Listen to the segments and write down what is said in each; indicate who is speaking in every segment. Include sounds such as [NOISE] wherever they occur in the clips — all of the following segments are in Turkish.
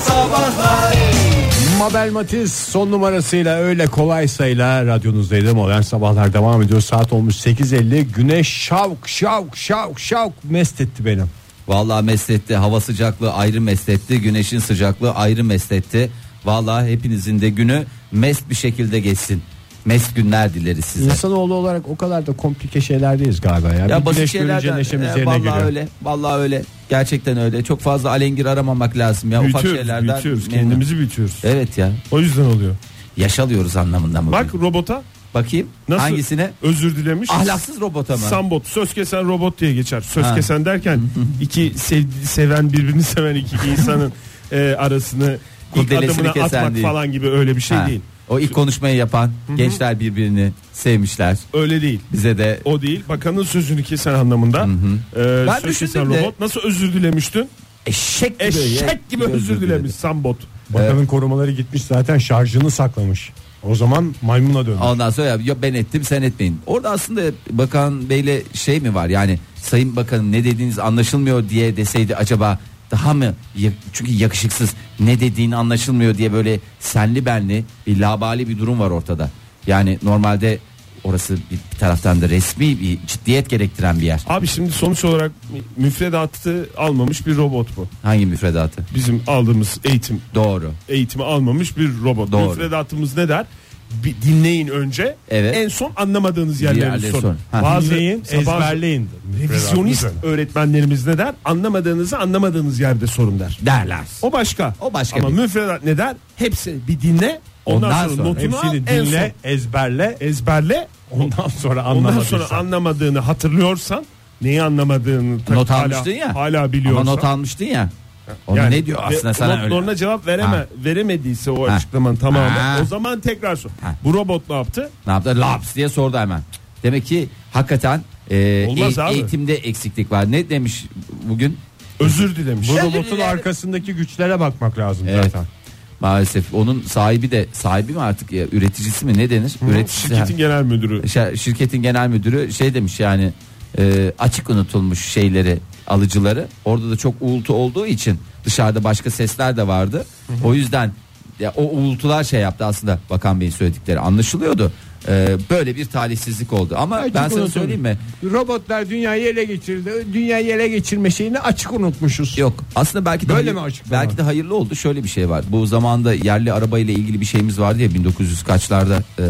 Speaker 1: Sabahlar
Speaker 2: Mabel Matiz son numarasıyla öyle kolay sayıla radyonuzdaydı. Modern Sabahlar devam ediyor. Saat olmuş 8.50. Güneş şavk şavk şavk şavk mest etti benim.
Speaker 3: Vallahi mesletti hava sıcaklığı ayrı mesletti güneşin sıcaklığı ayrı mesletti. Vallahi hepinizin de günü mest bir şekilde geçsin. Mest günler dileriz size.
Speaker 2: İnsanoğlu olarak o kadar da komplike şeyler değiliz galiba. Ya, Bir güneş görünce neşemiz
Speaker 3: e,
Speaker 2: yerine
Speaker 3: vallahi
Speaker 2: geliyor.
Speaker 3: öyle. Vallahi öyle. Gerçekten öyle. Çok fazla alengir aramamak lazım ya ufak
Speaker 4: Büyütüyoruz,
Speaker 3: şeylerden.
Speaker 4: büyütüyoruz.
Speaker 3: memnun.
Speaker 4: Kendimizi büyütüyoruz.
Speaker 3: Evet ya.
Speaker 4: O yüzden oluyor.
Speaker 3: Yaşalıyoruz anlamında mı?
Speaker 4: Bak robota
Speaker 3: bakayım.
Speaker 4: nasıl
Speaker 3: Hangisine?
Speaker 4: özür dilemiş.
Speaker 3: Ahlaksız robota mı?
Speaker 4: Sambot söz kesen robot diye geçer. Söz
Speaker 3: Ha.
Speaker 4: kesen derken
Speaker 3: [LAUGHS]
Speaker 4: iki sevdi, seven birbirini seven iki insanın e, arasını ilk
Speaker 3: Kurdelesini
Speaker 4: adımını
Speaker 3: kesen
Speaker 4: atmak
Speaker 3: değil.
Speaker 4: falan gibi öyle bir şey
Speaker 3: Ha.
Speaker 4: değil.
Speaker 3: O ilk konuşmayı yapan gençler birbirini sevmişler.
Speaker 4: Öyle değil.
Speaker 3: Bize de
Speaker 4: O değil. Bakanın sözünü kesen anlamında. E,
Speaker 3: Ben
Speaker 4: söz kesen
Speaker 3: düşündüm de-
Speaker 4: robot nasıl özür dilemiştin?
Speaker 3: eşek gibi,
Speaker 4: Eşek gibi özür dilemiş Sambot.
Speaker 2: Bakanın korumaları gitmiş zaten şarjını saklamış. O zaman maymuna dönmüş.
Speaker 3: Ondan sonra ya- ya ben ettim sen etmeyin. Orada aslında bakan beyle şey mi var yani sayın bakanım ne dediğiniz anlaşılmıyor diye deseydi acaba daha mı ya- çünkü yakışıksız ne dediğini anlaşılmıyor diye böyle senli benli bir labali bir durum var ortada. Yani normalde orası bir bir taraftan da resmi bir ciddiyet gerektiren bir yer.
Speaker 4: Abi şimdi sonuç olarak müfredatı almamış bir robot bu.
Speaker 3: Hangi müfredatı?
Speaker 4: Bizim aldığımız eğitim
Speaker 3: Doğru.
Speaker 4: eğitimi almamış bir robot.
Speaker 3: Doğru.
Speaker 4: Müfredatımız ne der? Bir dinleyin önce.
Speaker 3: Evet.
Speaker 4: En son anlamadığınız yerleri
Speaker 3: Yerleri
Speaker 4: sorun.
Speaker 3: sorun. Ha.
Speaker 4: Bazı
Speaker 2: Dinleyin,
Speaker 4: e, bazı
Speaker 2: ezberleyin.
Speaker 4: Revizyonist öğretmenlerimiz ne der? Anlamadığınızı anlamadığınız yerde sorun der.
Speaker 3: Derler.
Speaker 4: O başka.
Speaker 3: O başka
Speaker 4: Ama
Speaker 3: bir-
Speaker 4: müfredat ne der? Hepsi bir dinle. Ondan,
Speaker 3: Ondan
Speaker 4: sonra,
Speaker 3: sonra.
Speaker 4: notunu al,
Speaker 2: Hepsini
Speaker 4: en
Speaker 2: dinle, ezberle.
Speaker 4: son ezberle.
Speaker 2: Ondan sonra
Speaker 4: Ondan
Speaker 2: anlamadıysan.
Speaker 4: sonra anlamadığını hatırlıyorsan neyi anlamadığını ta-
Speaker 3: Not
Speaker 4: hala,
Speaker 3: almıştın ya.
Speaker 4: hala
Speaker 3: Ama
Speaker 4: biliyorsan.
Speaker 3: not almıştın ya. Onu
Speaker 4: Yani
Speaker 3: ne diyor
Speaker 4: ve
Speaker 3: aslında sana öyle.
Speaker 4: notlarına cevap vereme,
Speaker 3: Ha.
Speaker 4: veremediyse o
Speaker 3: Ha.
Speaker 4: açıklamanın tamamı
Speaker 3: Ha.
Speaker 4: o zaman tekrar sor.
Speaker 3: Ha.
Speaker 4: Bu robot ne yaptı?
Speaker 3: Ne yaptı? Laps diye sordu hemen. Demek ki hakikaten e,
Speaker 4: Olmaz
Speaker 3: eğ-
Speaker 4: abi.
Speaker 3: eğitimde eksiklik var. Ne demiş bugün?
Speaker 4: Özür dilemiş.
Speaker 2: Bu robotun arkasındaki güçlere bakmak lazım
Speaker 3: Evet.
Speaker 2: zaten.
Speaker 3: Maalesef onun sahibi de sahibi mi artık ya, üreticisi mi ne denir? Üreticisi.
Speaker 4: Şirketin genel müdürü.
Speaker 3: Şa- şirketin genel müdürü şey demiş yani e, açık unutulmuş şeyleri alıcıları orada da çok uğultu olduğu için dışarıda başka sesler de vardı. O yüzden ya, o uğultular şey yaptı aslında bakan beyin söyledikleri anlaşılıyordu. E, böyle bir talihsizlik oldu ama
Speaker 2: Açık
Speaker 3: ben sana
Speaker 2: unutalım.
Speaker 3: söyleyeyim mi?
Speaker 2: Robotlar dünyayı ele geçirdi. Dünyayı ele geçirme şeyini açık unutmuşuz.
Speaker 3: Yok aslında belki de
Speaker 2: Böyle
Speaker 3: hayır-
Speaker 2: mi açıklama?
Speaker 3: belki de hayırlı oldu. Şöyle bir şey var. Bu zamanda yerli araba ile ilgili bir şeyimiz vardı ya 1900 kaçlarda e,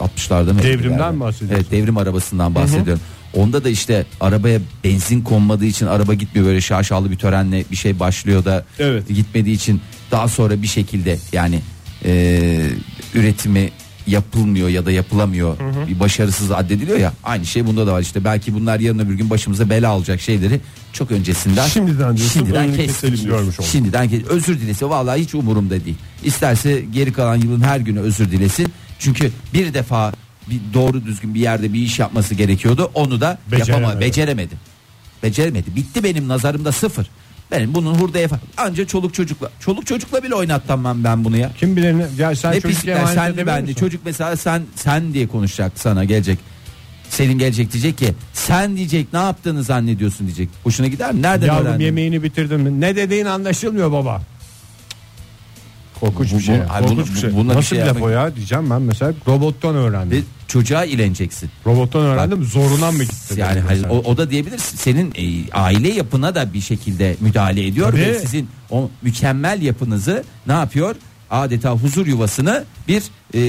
Speaker 3: 60'larda mı?
Speaker 2: Devrimden
Speaker 3: Galiba.
Speaker 2: mi bahsediyorsun?
Speaker 3: Evet devrim arabasından bahsediyorum. Onda da işte arabaya benzin konmadığı için araba gitmiyor böyle şaşalı bir törenle bir şey başlıyor da
Speaker 4: Evet.
Speaker 3: gitmediği için daha sonra bir şekilde yani e, üretimi yapılmıyor ya da yapılamıyor bir başarısız addediliyor ya aynı şey bunda da var işte belki bunlar yarın öbür gün başımıza bela alacak şeyleri çok öncesinden
Speaker 4: Şimdiden diyorsun,
Speaker 3: şimdiden
Speaker 4: önünü
Speaker 3: kestik.
Speaker 4: keselim diyormuş olduk.
Speaker 3: Şimdiden kes- özür dilese vallahi hiç umurumda değil. İsterse geri kalan yılın her günü özür dilesin. Çünkü bir defa bir doğru düzgün bir yerde bir iş yapması gerekiyordu. Onu da yapamadı,
Speaker 2: Beceremedi.
Speaker 3: beceremedi. Beceremedi. Bitti benim nazarımda sıfır. Benim bunun hurdaya falan. Anca çoluk çocukla. Çoluk çocukla bile oynatmam ben bunu ya.
Speaker 2: Kim bilir ne? Ya sen
Speaker 3: ne
Speaker 2: çocuk
Speaker 3: pislikler
Speaker 2: emanet
Speaker 3: sen de
Speaker 2: edemiyor
Speaker 3: ben de.
Speaker 2: musun?
Speaker 3: Çocuk mesela sen sen diye konuşacak sana gelecek. Senin gelecek diyecek ki sen diyecek ne yaptığını zannediyorsun diyecek. Hoşuna gider mi? Nereden
Speaker 2: Yavrum
Speaker 3: öğrendin?
Speaker 2: yemeğini bitirdin mi? Ne dediğin anlaşılmıyor baba. Korkunç bir şey.
Speaker 3: bu- ay, bunu-
Speaker 4: Korkunç bir şey.
Speaker 3: bu- bununla bir
Speaker 2: Nasıl
Speaker 3: şey
Speaker 2: bir laf
Speaker 3: yapmak-
Speaker 2: o ya diyeceğim ben mesela robottan öğrendim.
Speaker 3: Ve E, çocuğa ileneceksin.
Speaker 2: Robottan öğrendim zoruna mı gitti?
Speaker 3: Yani
Speaker 2: dedim
Speaker 3: hayır,
Speaker 2: mesela.
Speaker 3: o, o da diyebilirsin. Senin e, aile yapına da bir şekilde müdahale ediyor ve
Speaker 4: Tabii.
Speaker 3: sizin o mükemmel yapınızı ne yapıyor? Adeta huzur yuvasını bir e,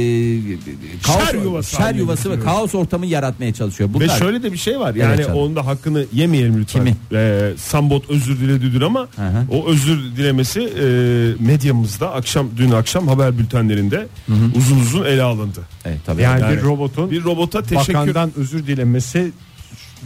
Speaker 3: kaos
Speaker 4: Şer yuvası
Speaker 3: şer
Speaker 4: haline
Speaker 3: yuvası ve
Speaker 4: getiriyor.
Speaker 3: kaos ortamı yaratmaya çalışıyor. Bunlar
Speaker 4: Ve şöyle de bir şey var. Yani
Speaker 3: Evet canım.
Speaker 4: onun da hakkını yemeyelim lütfen.
Speaker 3: Kimi?
Speaker 4: Ee, Sambot özür diledidir ama
Speaker 3: Hı hı.
Speaker 4: o özür dilemesi e, medyamızda akşam dün akşam haber bültenlerinde uzun uzun ele alındı.
Speaker 3: Evet, tabii.
Speaker 2: yani,
Speaker 4: yani
Speaker 2: bir robotun
Speaker 4: Bir robota teşekkür
Speaker 2: bakandan özür dilemesi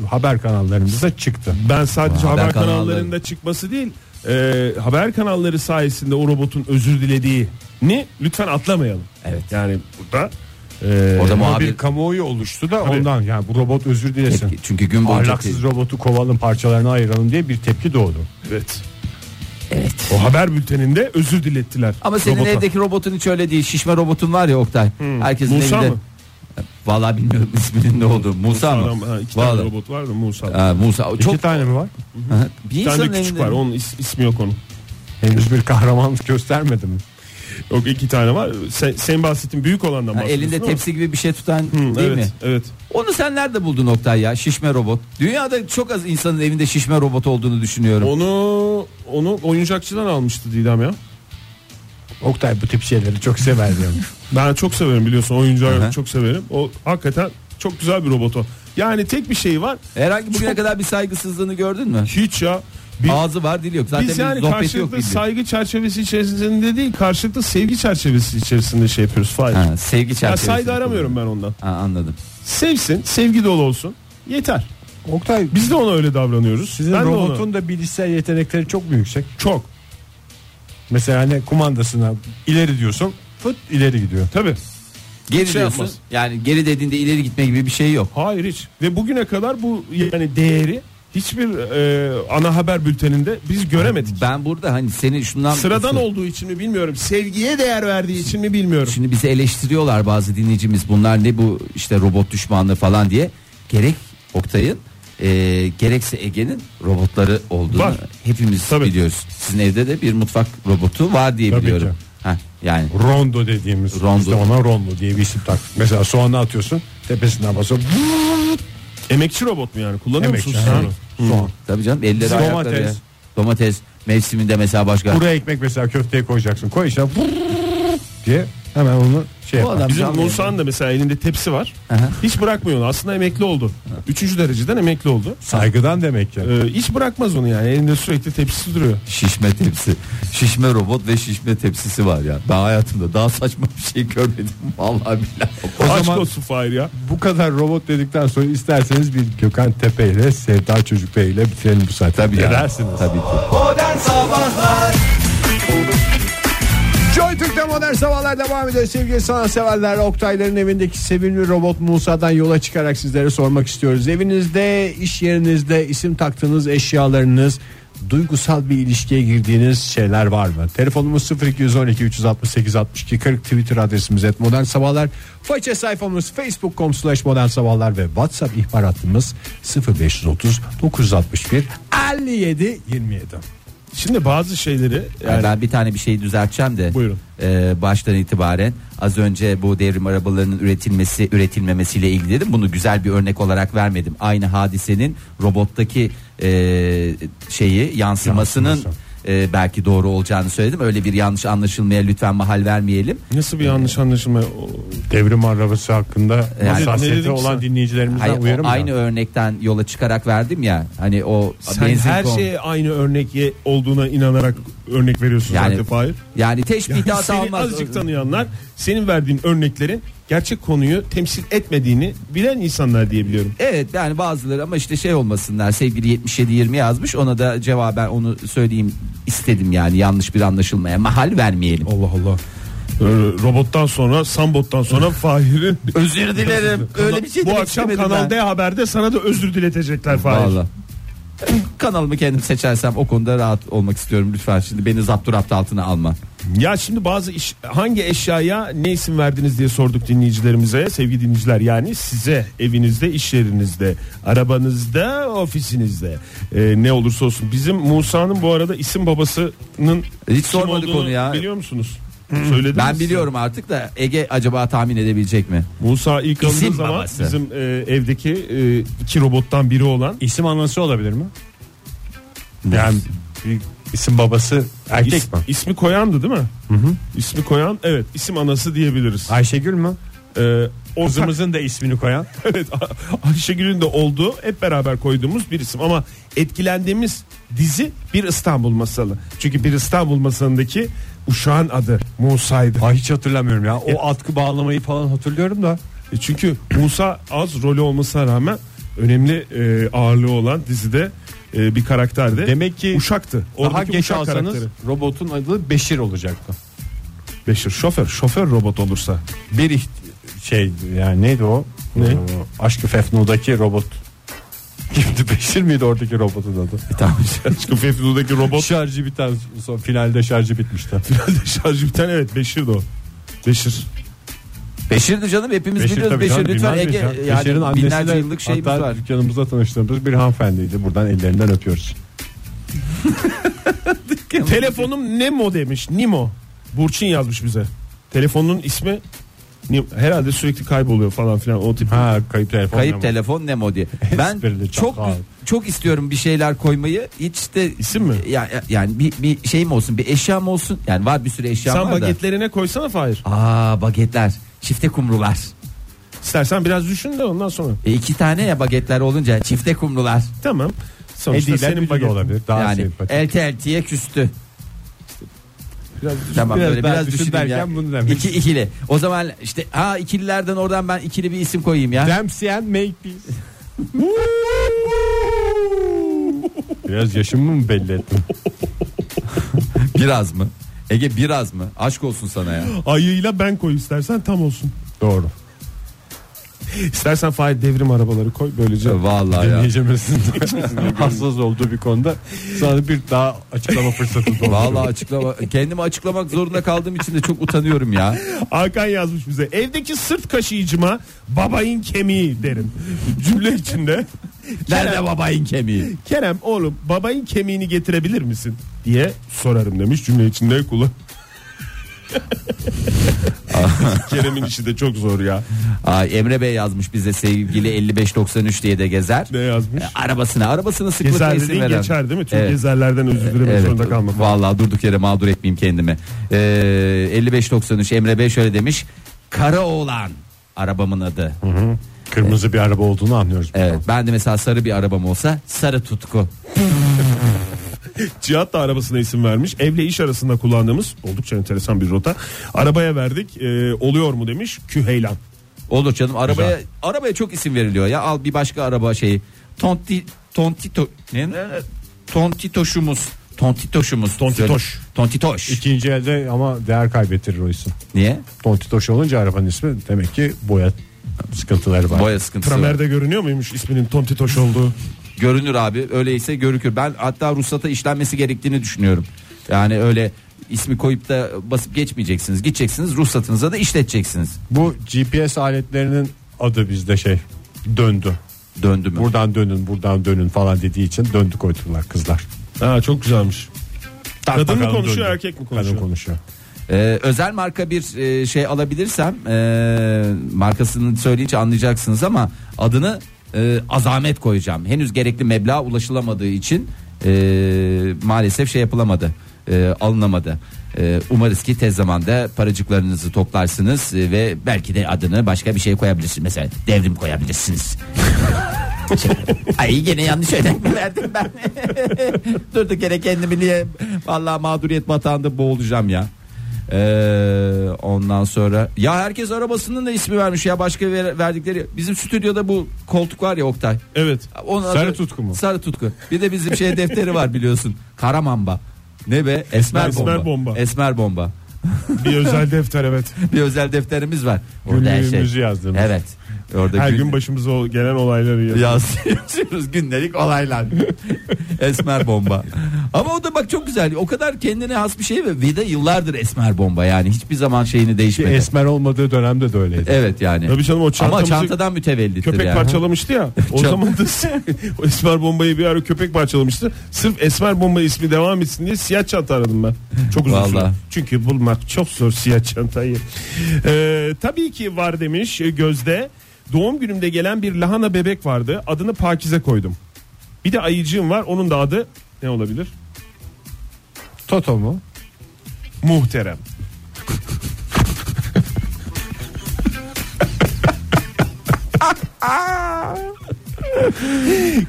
Speaker 2: haber kanallarımızda çıktı.
Speaker 4: Ben sadece
Speaker 3: Haber
Speaker 4: haber,
Speaker 3: kanalları-
Speaker 4: kanallarında çıkması değil, e, haber kanalları sayesinde o robotun özür dilediğini lütfen atlamayalım.
Speaker 3: Evet.
Speaker 4: Yani burada e,
Speaker 3: Orada
Speaker 2: Ama
Speaker 3: muhabir-
Speaker 2: bir kamuoyu oluştu da
Speaker 4: Tabii.
Speaker 2: ondan yani bu robot özür dilesin.
Speaker 3: Tepki. Çünkü gün boyunca
Speaker 2: Ahlaksız robotu kovalım parçalarına ayıralım diye bir tepki doğdu.
Speaker 4: evet.
Speaker 3: evet.
Speaker 4: O haber bülteninde özür dilettiler.
Speaker 3: Ama senin
Speaker 4: robota.
Speaker 3: evdeki robotun hiç öyle değil. Şişme robotun var ya Oktay. Herkesin
Speaker 4: Hmm. Musa
Speaker 3: evinde.
Speaker 4: mı?
Speaker 3: Vallahi bilmiyorum [LAUGHS] isminin ne olduğu. Musa, mı?
Speaker 4: Adam, ha, iki
Speaker 3: Vallahi.
Speaker 4: tane robot vardı Musa.
Speaker 3: Ha, Musa
Speaker 2: Çok...
Speaker 3: çok
Speaker 2: İki tane mi var?
Speaker 3: Hı hı. bir
Speaker 4: bir tane
Speaker 3: insanın
Speaker 4: de küçük
Speaker 3: evinde-
Speaker 4: var. Onun is- ismi yok onun.
Speaker 2: Henüz bir kahraman [LAUGHS] göstermedim.
Speaker 4: Yok iki tane var. Sen, senin bahsettiğin büyük olandan
Speaker 3: Ha,
Speaker 4: bahsediyorsun.
Speaker 3: elinde
Speaker 4: değil mi?
Speaker 3: tepsi gibi bir şey tutan
Speaker 4: Hı,
Speaker 3: değil
Speaker 4: evet,
Speaker 3: mi?
Speaker 4: Evet.
Speaker 3: Onu sen nerede buldun Oktay ya? Şişme robot. Dünyada çok az insanın evinde şişme robot olduğunu düşünüyorum.
Speaker 4: Onu onu oyuncakçıdan almıştı Didem ya.
Speaker 2: Oktay bu tip şeyleri çok sever [LAUGHS] diyorum.
Speaker 4: Ben çok severim biliyorsun oyuncağı
Speaker 3: Aha.
Speaker 4: çok severim. O hakikaten çok güzel bir robot o. Yani tek bir şey var.
Speaker 3: Herhangi bugüne
Speaker 4: Çok-
Speaker 3: kadar bir saygısızlığını gördün mü?
Speaker 4: Hiç ya. Biz,
Speaker 3: Ağzı var dil yok. Zaten
Speaker 4: biz
Speaker 3: bir
Speaker 4: yani
Speaker 3: sohbeti yok
Speaker 4: karşılıklı
Speaker 3: bildiğin.
Speaker 4: saygı çerçevesi içerisinde değil karşılıklı sevgi çerçevesi içerisinde şey yapıyoruz. Fahir.
Speaker 3: Ha, sevgi
Speaker 4: Ya
Speaker 3: çerçevesi.
Speaker 4: saygı aramıyorum ben ondan.
Speaker 3: Ha, anladım.
Speaker 4: Sevsin, sevgi dolu olsun. Yeter.
Speaker 2: Oktay
Speaker 4: Biz de ona öyle davranıyoruz.
Speaker 2: sizin
Speaker 4: ben de ona-
Speaker 2: robotun da bilişsel yetenekleri çok mu yüksek?
Speaker 4: çok.
Speaker 2: Mesela hani kumandasına ileri diyorsun fıt ileri gidiyor.
Speaker 4: Tabii.
Speaker 3: Geri
Speaker 4: Şey
Speaker 3: diyorsun.
Speaker 4: yapmaz.
Speaker 3: Yani geri dediğinde ileri gitme gibi bir şey yok.
Speaker 4: Hayır hiç. Ve bugüne kadar bu yani değeri hiçbir e, ana haber bülteninde biz göremedik.
Speaker 3: Ben burada hani seni şundan
Speaker 4: Sıradan olduğu için mi bilmiyorum. Sevgiye değer verdiği için mi bilmiyorum.
Speaker 3: Şimdi bizi eleştiriyorlar bazı dinleyicimiz bunlar ne bu işte robot düşmanlığı falan diye. Gerek Oktay'ın e, gerekse Ege'nin robotları olduğunu
Speaker 4: Var.
Speaker 3: hepimiz
Speaker 4: Tabii.
Speaker 3: biliyoruz. Sizin evde de bir mutfak robotu var diye
Speaker 2: Tabii
Speaker 3: biliyorum. Heh, yani
Speaker 2: Rondo dediğimiz
Speaker 3: Rondo.
Speaker 2: işte ona rondo diye bir isim tak. Mesela soğanı atıyorsun tepesinden basıp
Speaker 4: Emekçi robot mu yani? Kullanıyor
Speaker 2: Emekçi,
Speaker 4: musunuz? sen
Speaker 2: evet.
Speaker 4: onu? Hı.
Speaker 2: soğan.
Speaker 3: tabii canım elleri
Speaker 2: Domates.
Speaker 3: ayakları ya. domates mevsiminde mesela başka.
Speaker 2: Buraya ekmek mesela köfteye koyacaksın. Koy işte vurr [LAUGHS] diye hemen onu şey
Speaker 3: Bu
Speaker 2: yapar.
Speaker 3: adam-
Speaker 4: Bizim
Speaker 3: Canlı
Speaker 4: Musa'nın da mesela elinde tepsi var.
Speaker 3: Aha.
Speaker 4: Hiç bırakmıyor onu. Aslında emekli oldu. Üçüncü dereceden emekli oldu.
Speaker 2: Saygıdan demek ki.
Speaker 4: E, hiç bırakmaz onu yani. Elinde sürekli tepsisi duruyor.
Speaker 3: Şişme tepsi. Şişme robot ve şişme tepsisi var ya. Ben hayatımda daha saçma bir şey görmedim. Vallahi billahi.
Speaker 2: O
Speaker 4: Aşk
Speaker 2: zaman-
Speaker 4: olsun Fahir ya.
Speaker 2: Bu kadar robot dedikten sonra isterseniz bir Gökhan Tepe ile Sevda Çocuk Bey ile bitirelim bu saati.
Speaker 3: Tabii
Speaker 2: ne
Speaker 3: ya.
Speaker 2: dersiniz?
Speaker 3: Tabii ki.
Speaker 2: Joy Türk'te modern sabahlar devam ediyor sevgili sanatseverler. Oktayların evindeki sevimli robot Musa'dan yola çıkarak sizlere sormak istiyoruz. Evinizde, iş yerinizde isim taktığınız eşyalarınız, duygusal bir ilişkiye girdiğiniz şeyler var mı? Telefonumuz 0212 368 62 40 Twitter adresimiz et modern sabahlar. Faça sayfamız facebook.com slash modern sabahlar ve whatsapp ihbar hattımız 0530 961 57 27.
Speaker 4: Şimdi bazı şeyleri yani
Speaker 3: Yani ben bir tane bir şey düzelteceğim de.
Speaker 4: Buyurun.
Speaker 3: Ee, baştan itibaren az önce bu devrim arabalarının üretilmesi üretilmemesiyle ilgili dedim. Bunu güzel bir örnek olarak vermedim. Aynı hadisenin robottaki e, şeyi yansımasının
Speaker 2: Yansıması.
Speaker 3: e, belki doğru olacağını söyledim. Öyle bir yanlış anlaşılmaya lütfen mahal vermeyelim.
Speaker 4: nasıl bir yanlış anlaşılma o-
Speaker 2: Devrim arabası hakkında
Speaker 3: Yani-
Speaker 4: Ne
Speaker 2: hassasiyeti
Speaker 4: dedim ki
Speaker 2: olan
Speaker 4: sen?
Speaker 2: dinleyicilerimizden
Speaker 3: Hayır, o
Speaker 2: uyarım da.
Speaker 3: aynı örnekten yola çıkarak verdim ya. Hani o
Speaker 4: sen
Speaker 3: benzin
Speaker 4: her
Speaker 3: kon-
Speaker 4: şeye aynı örnek ye- olduğuna inanarak örnek veriyorsun
Speaker 3: Yani-
Speaker 4: zaten Fahir.
Speaker 3: yani teşbih hata
Speaker 4: Seni
Speaker 3: olmaz.
Speaker 4: azıcık tanıyanlar senin verdiğin örneklerin gerçek konuyu temsil etmediğini bilen insanlar diye biliyorum.
Speaker 3: Evet yani bazıları ama işte şey olmasınlar sevgili 7720 yazmış ona da cevaben onu söyleyeyim istedim yani yanlış bir anlaşılmaya mahal vermeyelim.
Speaker 2: Allah Allah.
Speaker 4: Ee, Robottan sonra, Sambot'tan sonra Fahir'in
Speaker 3: Özür dilerim öyle bir şey
Speaker 4: bu
Speaker 3: demek
Speaker 4: akşam
Speaker 3: istemedim
Speaker 4: Kanal
Speaker 3: ben.
Speaker 4: D haberde sana da özür diletecekler Fahir.
Speaker 3: Vallahi. Kanalımı kendim seçersem o konuda rahat olmak istiyorum lütfen şimdi beni zapturapt altına alma.
Speaker 4: Ya şimdi bazı iş, hangi eşyaya ne isim verdiniz diye sorduk dinleyicilerimize. Sevgili dinleyiciler yani size evinizde, iş yerinizde, arabanızda, ofisinizde e, ne olursa olsun. Bizim Musa'nın bu arada isim babasının
Speaker 3: Hiç
Speaker 4: kim
Speaker 3: sormadık
Speaker 4: olduğunu
Speaker 3: onu ya. Hmm.
Speaker 4: Biliyor musunuz? Söylediniz.
Speaker 3: Ben biliyorum artık da Ege acaba tahmin edebilecek mi?
Speaker 4: Musa ilk
Speaker 3: İsim
Speaker 4: alındığı zaman
Speaker 3: babası.
Speaker 4: bizim e, evdeki e, iki robottan biri olan
Speaker 2: İsim anası olabilir mi? Yani bir isim babası erkek
Speaker 4: is-
Speaker 2: mi?
Speaker 4: ismi koyandı değil mi? İsmi koyan evet isim anası diyebiliriz.
Speaker 2: Ayşegül mü?
Speaker 4: E, ortak-
Speaker 2: [LAUGHS] Kızımızın da ismini koyan.
Speaker 4: Evet A- Ayşegül'ün de olduğu hep beraber koyduğumuz bir isim ama etkilendiğimiz dizi Bir İstanbul Masalı. Çünkü Bir İstanbul Masalı'ndaki uşağın adı Musa'ydı.
Speaker 2: Ay hiç hatırlamıyorum ya. O atkı bağlamayı falan hatırlıyorum da.
Speaker 4: E Çünkü Musa az rolü olmasına rağmen önemli e, ağırlığı olan dizide e, bir karakterdi.
Speaker 2: Demek ki
Speaker 4: uşaktı.
Speaker 2: daha
Speaker 4: Oradaki
Speaker 2: geç
Speaker 4: uşak
Speaker 2: alsanız [LAUGHS]
Speaker 4: karakteri.
Speaker 2: robotun adı Beşir olacaktı.
Speaker 4: Beşir şoför, şoför robot olursa.
Speaker 2: Bir iht- şey yani neydi o?
Speaker 4: Ne?
Speaker 2: Ee, Aşkı Fefnu'daki robot. [LAUGHS] Kimdi Beşir miydi oradaki robotun adı?
Speaker 3: Tamam.
Speaker 4: Aşkın Fefnu'daki robot
Speaker 2: Şarjı biten son finalde şarjı bitmişti.
Speaker 4: herhalde şarjı biten evet Beşir'di o. Beşir.
Speaker 3: Beşir'di canım hepimiz
Speaker 2: Beşir
Speaker 3: biliyoruz
Speaker 2: tabii
Speaker 3: Beşir
Speaker 2: canım,
Speaker 3: lütfen
Speaker 2: bilmez
Speaker 3: Ege
Speaker 2: miyiz ya?
Speaker 3: yani
Speaker 2: Beşir'in annesi
Speaker 3: binlerce
Speaker 2: de
Speaker 3: yıllık şeyimiz
Speaker 2: hatta
Speaker 3: var.
Speaker 2: dükkanımızda tanıştığımız bir hanımefendiydi. Buradan ellerinden öpüyoruz.
Speaker 4: Telefonum Nemo demiş. Nimo. Burçin yazmış bize. Telefonun ismi Nemo. herhalde sürekli kayboluyor falan filan o tip.
Speaker 2: Ha kayıp telefon.
Speaker 3: Kayıp
Speaker 2: ama.
Speaker 3: telefon Nemo
Speaker 2: [LAUGHS]
Speaker 3: diye. Ben
Speaker 2: Esprili
Speaker 3: çok
Speaker 2: çakal.
Speaker 3: çok istiyorum bir şeyler koymayı. Hiç de
Speaker 4: İsim mi?
Speaker 3: Ya, ya- yani bir, bir şeyim olsun, bir eşyam olsun. Yani var bir sürü eşyam
Speaker 4: Sen
Speaker 3: var da.
Speaker 4: bagetlerine koysana Fahir.
Speaker 3: Aa bagetler, çifte kumrular.
Speaker 4: İstersen biraz düşün de ondan sonra.
Speaker 3: E, iki tane ya bagetler olunca çifte kumrular.
Speaker 4: Tamam. Sonuçta
Speaker 2: Hediyeler
Speaker 4: senin
Speaker 2: senin
Speaker 4: baget.
Speaker 2: olabilir. Daha
Speaker 3: yani
Speaker 2: sempatik.
Speaker 3: elti eltiye küstü.
Speaker 4: Biraz düşün.
Speaker 3: Tamam
Speaker 2: biraz
Speaker 3: böyle
Speaker 2: daha
Speaker 3: biraz
Speaker 2: düşün
Speaker 3: düşündüm ya.
Speaker 2: derken bunu demek.
Speaker 3: İki ikili. O zaman işte ha ikililerden oradan ben ikili bir isim koyayım ya.
Speaker 2: Dempsey and make peace. [LAUGHS] Biraz yaşımı mı belli ettim?
Speaker 3: Biraz mı? Ege biraz mı? Aşk olsun sana
Speaker 2: [LAUGHS]
Speaker 3: ya.
Speaker 4: Ayıyla ben koy istersen tam olsun.
Speaker 2: Doğru.
Speaker 4: İstersen Fahir devrim arabaları koy böylece.
Speaker 3: Vallahi ya.
Speaker 2: Dinleyicimizin [LAUGHS] hassas olduğu bir konuda sana bir daha açıklama fırsatı doğdu.
Speaker 3: Vallahi açıklama kendimi açıklamak zorunda kaldığım için de çok utanıyorum ya.
Speaker 4: [LAUGHS] Hakan yazmış bize. Evdeki sırt kaşıyıcıma babayın kemiği derim. Cümle içinde.
Speaker 3: Nerede babayın kemiği?
Speaker 4: Kerem oğlum babayın kemiğini getirebilir misin diye sorarım demiş cümle içinde
Speaker 3: [LAUGHS]
Speaker 4: kullan. Kerem'in işi de çok zor ya.
Speaker 3: Ay Emre Bey yazmış bize sevgili 5593 diye de gezer.
Speaker 4: Ne yazmış?
Speaker 3: Arabasına arabasına sıklıkla
Speaker 4: Gezer
Speaker 3: isim
Speaker 4: dediğin
Speaker 3: veren.
Speaker 4: geçer değil mi? Tüm
Speaker 3: Evet.
Speaker 4: gezerlerden özür dilemek zorunda kalmak.
Speaker 3: Vallahi durduk yere mağdur etmeyeyim kendimi. Ee, 5593 Emre Bey şöyle demiş. Kara oğlan arabamın adı.
Speaker 2: Kırmızı bir araba olduğunu anlıyoruz.
Speaker 3: Evet, ben de mesela sarı bir arabam olsa sarı tutku.
Speaker 4: Cihat da arabasına isim vermiş. Evle iş arasında kullandığımız oldukça enteresan bir rota. Arabaya verdik. Ee, oluyor mu demiş. Küheylan.
Speaker 3: Olur canım arabaya
Speaker 4: Güzel.
Speaker 3: arabaya çok isim veriliyor ya. Al bir başka araba şeyi. Tonti tontito ne? ne- Tontitoşumuz. Tontitoşumuz.
Speaker 4: Tontitoş.
Speaker 3: Söyle. Tontitoş.
Speaker 2: İkinci elde ama değer kaybettirir o isim.
Speaker 3: Niye?
Speaker 2: Tontitoş olunca arabanın ismi demek ki boya sıkıntıları var.
Speaker 3: Boya sıkıntısı. var.
Speaker 4: Tramer'de görünüyor muymuş isminin Tontitoş olduğu?
Speaker 3: Görünür abi. Öyleyse görükür. Ben hatta ruhsata işlenmesi gerektiğini düşünüyorum. Yani öyle ismi koyup da basıp geçmeyeceksiniz. Gideceksiniz ruhsatınıza da işleteceksiniz.
Speaker 2: Bu GPS aletlerinin adı bizde şey döndü.
Speaker 3: Döndü mü?
Speaker 2: Buradan dönün buradan dönün falan dediği için döndü koydular kızlar.
Speaker 4: Ha çok güzelmiş. Kadın mı
Speaker 2: bakalım
Speaker 4: konuşuyor
Speaker 2: döndü.
Speaker 4: erkek mi
Speaker 2: Kadın
Speaker 4: konuşuyor?
Speaker 2: konuşuyor.
Speaker 3: Ee, özel marka bir e, şey alabilirsem e, markasını söyleyince anlayacaksınız ama adını e, azamet koyacağım. Henüz gerekli meblağa ulaşılamadığı için e, maalesef şey yapılamadı, e, alınamadı. E, umarız ki tez zamanda paracıklarınızı toplarsınız e, ve belki de adını başka bir şey koyabilirsiniz. Mesela devrim koyabilirsiniz. Ay gene yanlış örnek mi [LAUGHS] verdim ben? Durduk yere kendimi niye vallahi mağduriyet batağında boğulacağım ya. Ee, ondan sonra ya herkes arabasının da ismi vermiş ya başka ver- verdikleri bizim stüdyoda bu koltuk var ya Oktay.
Speaker 4: Evet.
Speaker 3: Onun
Speaker 2: Sarı tutku [LAUGHS] mu?
Speaker 3: Sarı tutku. Bir de bizim şey defteri var biliyorsun. Karamamba. Ne be? Esmer,
Speaker 4: Esmer
Speaker 3: bomba.
Speaker 4: bomba.
Speaker 3: Esmer bomba.
Speaker 4: Bir özel defter evet.
Speaker 3: Bir özel defterimiz var. Orada her şey.
Speaker 2: Günlüğümüzü yazdığımız.
Speaker 3: Evet. Orada
Speaker 4: Her
Speaker 3: gün-
Speaker 4: gün başımıza o gelen olayları yazıyor.
Speaker 3: yazıyoruz gündelik olaylar. esmer bomba. Ama o da bak çok güzel. O kadar kendine has bir şey ve vida yıllardır esmer bomba yani hiçbir zaman şeyini
Speaker 2: Ki
Speaker 3: değişmedi.
Speaker 2: esmer olmadığı dönemde de öyleydi.
Speaker 3: evet yani.
Speaker 4: Tabii canım o
Speaker 3: Ama
Speaker 4: çantamızı
Speaker 3: çantadan mütevellittir
Speaker 4: köpek
Speaker 3: yani. [LAUGHS]
Speaker 4: parçalamıştı ya. O
Speaker 3: Çant-
Speaker 4: zaman da o esmer bombayı bir ara köpek parçalamıştı. Sırf esmer bomba ismi devam etsin diye siyah çanta aradım ben. Çok uzun
Speaker 3: Vallahi.
Speaker 4: süre. Çünkü bulmak çok zor siyah çantayı. Ee, tabii ki var demiş e, Gözde. Doğum günümde gelen bir lahana bebek vardı. Adını Pakize koydum. Bir de ayıcığım var. Onun da adı ne olabilir?
Speaker 2: Toto mu?
Speaker 4: Muhterem.
Speaker 3: [LAUGHS]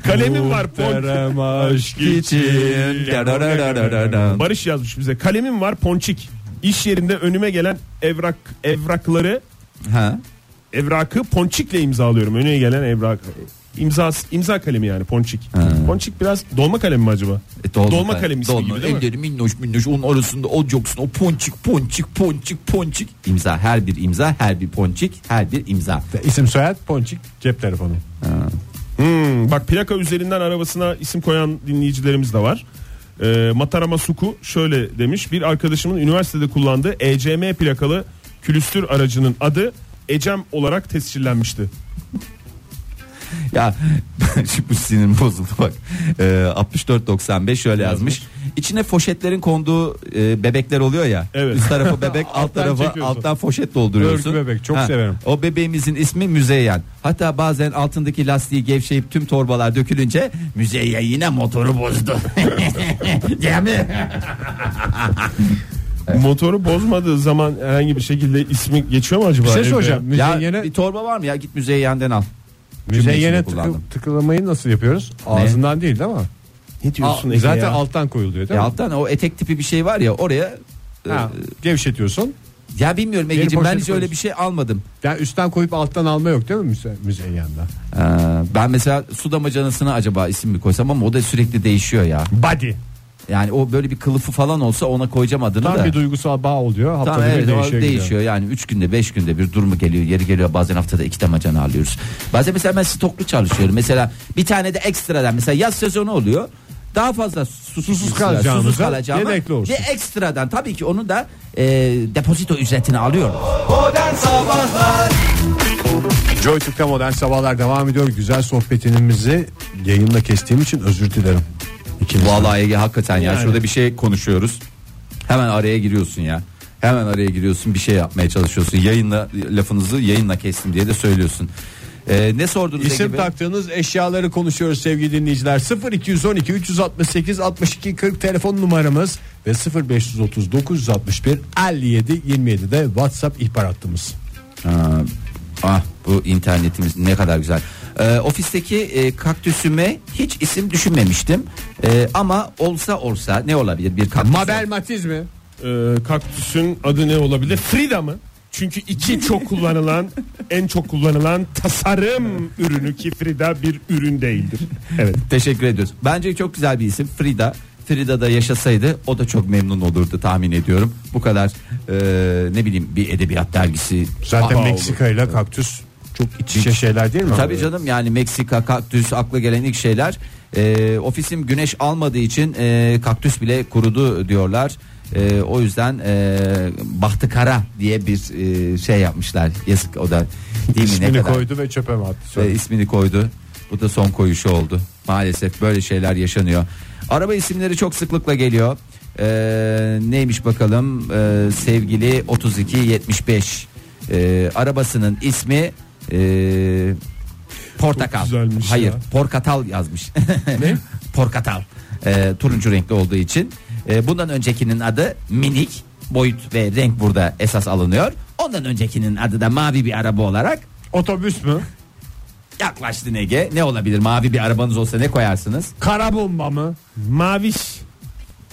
Speaker 4: Kalemim var ponçik.
Speaker 2: Muhterem aşk
Speaker 3: için.
Speaker 4: Barış yazmış bize. Kalemim var ponçik. İş yerinde önüme gelen evrak evrakları
Speaker 3: Ha.
Speaker 4: evrakı ponçikle imzalıyorum. Önüne gelen evrak imza imza kalemi yani ponçik. Ponçik biraz dolma kalem mi acaba?
Speaker 3: E,
Speaker 4: dolma kalem ismi
Speaker 3: dolma.
Speaker 4: gibi değil mi?
Speaker 3: Elleri minnoş minnoş onun arasında olacaksın o ponçik ponçik ponçik ponçik. İmza her bir imza her bir ponçik her bir imza.
Speaker 2: İsim soyad Ponçik cep telefonu.
Speaker 4: Hmm, bak plaka üzerinden arabasına isim koyan dinleyicilerimiz de var. Ee, Matarama Suku şöyle demiş. Bir arkadaşımın üniversitede kullandığı ECM plakalı külüstür aracının adı Ecem olarak tescillenmişti.
Speaker 3: [LAUGHS] Ya şimdi bu sinirim bozuldu bak. Ee, 64.95 şöyle yazmış. İçine foşetlerin konduğu e, bebekler oluyor ya.
Speaker 4: Evet.
Speaker 3: Üst tarafı
Speaker 2: [LAUGHS]
Speaker 3: bebek, alt
Speaker 4: Alttan
Speaker 3: tarafı
Speaker 4: çekiyorsun.
Speaker 3: alttan foşet dolduruyorsun.
Speaker 2: Örgü bebek, çok severim.
Speaker 3: O bebeğimizin ismi Müzeyyen. Hatta bazen altındaki lastiği gevşeyip tüm torbalar dökülünce Müzeyyen yine motoru bozdu. [LAUGHS] Değil mi?
Speaker 4: Motoru bozmadığı zaman herhangi bir şekilde ismi geçiyor mu acaba?
Speaker 2: Bir şey
Speaker 4: evde?
Speaker 2: soracağım.
Speaker 3: ya
Speaker 2: Müzeyyene,
Speaker 3: bir torba var mı ya git Müzeyyen'den al.
Speaker 2: müzeyyene
Speaker 3: Cümlesini
Speaker 2: tıkı-
Speaker 3: kullandım.
Speaker 2: tıkılamayı nasıl yapıyoruz? Ağzından değil değil mi?
Speaker 4: Ne diyorsun Ege
Speaker 2: Zaten
Speaker 4: ya?
Speaker 2: alttan koyuluyor değil
Speaker 3: Ya
Speaker 2: mi?
Speaker 3: alttan o etek tipi bir şey var ya oraya e,
Speaker 2: Ha, gevşetiyorsun.
Speaker 3: ya bilmiyorum
Speaker 2: Geri
Speaker 3: Ege'ciğim ben
Speaker 2: poşeti
Speaker 3: hiç öyle
Speaker 2: koymuş.
Speaker 3: bir şey almadım.
Speaker 2: Yani üstten koyup alttan alma yok değil mi müze, müzeyyende?
Speaker 3: Ee, ben mesela su damacanasına acaba isim mi koysam ama o da sürekli değişiyor ya.
Speaker 2: Body.
Speaker 3: Yani o böyle bir kılıfı falan olsa ona koyacağım adını
Speaker 2: Tam
Speaker 3: da.
Speaker 2: bir duygusal bağ oluyor. Haftada
Speaker 3: Tamam evet
Speaker 2: bir
Speaker 3: o
Speaker 2: değişiyor.
Speaker 3: değişiyor,
Speaker 2: değişiyor.
Speaker 3: yani 3 günde 5 günde bir durumu geliyor yeri geliyor bazen haftada 2 damacana alıyoruz. Bazen mesela ben stoklu çalışıyorum mesela bir tane de ekstradan mesela yaz sezonu oluyor. Daha fazla susuz, susuz
Speaker 2: kalacağımıza
Speaker 3: susuz kalacağıma
Speaker 2: yedekli olsun.
Speaker 3: ve ekstradan tabii ki onu da e, depozito ücretini alıyorum.
Speaker 2: Joy Türk'te modern sabahlar devam ediyor. Güzel sohbetimizi yayınla kestiğim için özür dilerim. İkimiz.
Speaker 3: Vallahi Ege hakikaten ya
Speaker 4: Yani.
Speaker 3: şurada bir şey konuşuyoruz. Hemen araya giriyorsun ya. Hemen araya giriyorsun bir şey yapmaya çalışıyorsun. Yayınla lafınızı yayınla kestim diye de söylüyorsun. Ee, ne sordunuz
Speaker 2: İsim
Speaker 3: Ege Bey?
Speaker 2: taktığınız eşyaları konuşuyoruz sevgili dinleyiciler. 0212 368 62 40 telefon numaramız ve 0530 961 57 27'de WhatsApp ihbar hattımız.
Speaker 3: Ha, ah bu internetimiz ne kadar güzel. Ee, ofisteki e, kaktüsüme hiç isim düşünmemiştim. Ee, ama olsa olsa ne olabilir bir kaktüs?
Speaker 2: Mabel Matiz mi?
Speaker 4: Ee, kaktüsün adı ne olabilir? Frida mı? Çünkü iki çok kullanılan en çok kullanılan tasarım ürünü ki Frida bir ürün değildir. Evet.
Speaker 3: Teşekkür ediyoruz. Bence çok güzel bir isim Frida. Frida da yaşasaydı o da çok memnun olurdu tahmin ediyorum. Bu kadar e, ne bileyim bir edebiyat dergisi.
Speaker 2: Zaten
Speaker 4: Aha,
Speaker 2: Meksika ile kaktüs çok iç içe şeyler değil mi?
Speaker 3: Tabii canım yani Meksika kaktüs akla gelen ilk şeyler. E, ofisim güneş almadığı için e, kaktüs bile kurudu diyorlar. E, o yüzden e, bahtı kara diye bir e, şey yapmışlar. Yazık o da değil mi ne
Speaker 2: İsmini
Speaker 3: kadar
Speaker 2: koydu ve çöpe mi attı?
Speaker 3: ve ismini koydu. Bu da son koyuşu oldu. Maalesef böyle şeyler yaşanıyor. Araba isimleri çok sıklıkla geliyor. Ee, neymiş bakalım Ee, sevgili 3275 ee, arabasının ismi ee, portakal.
Speaker 4: Çok güzelmiş
Speaker 3: Hayır
Speaker 4: ya.
Speaker 3: porkatal yazmış. ne? [LAUGHS] Porkatal. Ee, turuncu renkli olduğu için. Ee, bundan öncekinin adı minik boyut ve renk burada esas alınıyor. Ondan öncekinin adı da mavi bir araba olarak
Speaker 2: Otobüs mü?
Speaker 3: Yaklaştın Ege. Ne olabilir? Mavi bir arabanız olsa ne koyarsınız?
Speaker 2: Kara bomba mı?
Speaker 4: Maviş.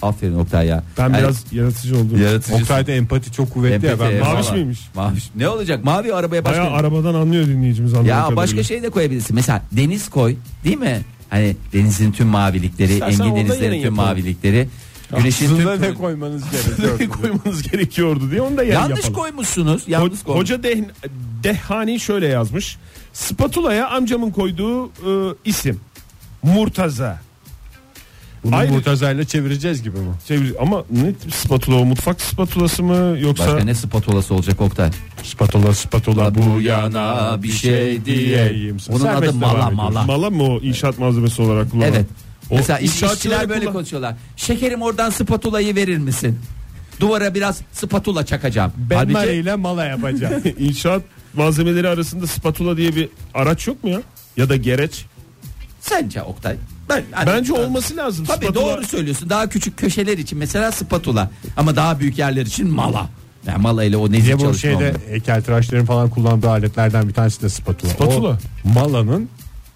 Speaker 3: Aferin Oktay ya.
Speaker 4: Ben
Speaker 3: Yani
Speaker 4: biraz yaratıcı oldum.
Speaker 3: yaratıcısın.
Speaker 2: Oktay'da empati çok kuvvetli ya.
Speaker 3: Empati,
Speaker 2: Ben
Speaker 3: eyvallah.
Speaker 4: Maviş miymiş?
Speaker 3: Maviş. Ne olacak? Mavi arabaya başka...
Speaker 4: Baya arabadan anlıyor dinleyicimiz anladığım
Speaker 3: ya
Speaker 4: kadarıyla.
Speaker 3: başka şey de koyabilirsin. Mesela deniz koy. Değil mi? Hani denizin tüm mavilikleri,
Speaker 4: İstersen
Speaker 3: engin
Speaker 4: onda
Speaker 3: denizlerin
Speaker 4: yarın
Speaker 3: tüm
Speaker 4: yapalım.
Speaker 3: mavilikleri. Güneşin tüm...
Speaker 2: Aslında ne koymanız
Speaker 4: Ne
Speaker 2: gerekiyor?
Speaker 4: koymanız gerekiyordu diye onu da yer
Speaker 3: Yanlış
Speaker 4: yapalım.
Speaker 3: koymuşsunuz. Yanlış
Speaker 4: Ho-
Speaker 3: koymuş.
Speaker 4: Hoca Dehn- Dehhani şöyle yazmış. Spatula'ya amcamın koyduğu e, isim. Murtaza.
Speaker 2: Bunu
Speaker 4: Ayrı-
Speaker 2: Murtaza'yla çevireceğiz gibi mi?
Speaker 4: Çevir ama ne tip spatula o mutfak spatulası mı yoksa
Speaker 3: Başka ne spatolası olacak Oktay?
Speaker 2: Spatula spatula
Speaker 3: Bu yana bir şey diyeyim. Bunun
Speaker 2: Serbest
Speaker 3: adı
Speaker 2: devam
Speaker 3: mala
Speaker 2: ediyoruz.
Speaker 3: mala.
Speaker 4: mala mı o inşaat malzemesi olarak kullanılan?
Speaker 3: Evet.
Speaker 4: O
Speaker 3: Mesela iş-
Speaker 4: inşaatçılara
Speaker 3: işçiler böyle
Speaker 4: kullan-
Speaker 3: konuşuyorlar. Şekerim oradan spatulayı verir misin? Duvara biraz spatula çakacağım.
Speaker 2: Ben
Speaker 3: Halbuki-
Speaker 2: Mari ile mala yapacağım.
Speaker 4: [LAUGHS] İnşaat malzemeleri arasında spatula diye bir araç yok mu ya? Ya da gereç.
Speaker 3: sence Oktay? Ben, hani-
Speaker 4: Bence olması lazım.
Speaker 3: Tabii
Speaker 4: Spatula-
Speaker 3: doğru söylüyorsun. Daha küçük köşeler için mesela spatula ama daha büyük yerler için mala. Yani mala ile o nezik
Speaker 2: Diye bu
Speaker 3: çalışma
Speaker 2: şeyde
Speaker 3: olmuyor.
Speaker 2: heykeltıraşların falan kullandığı aletlerden bir tanesi de spatula.
Speaker 4: Spatula.
Speaker 2: O malanın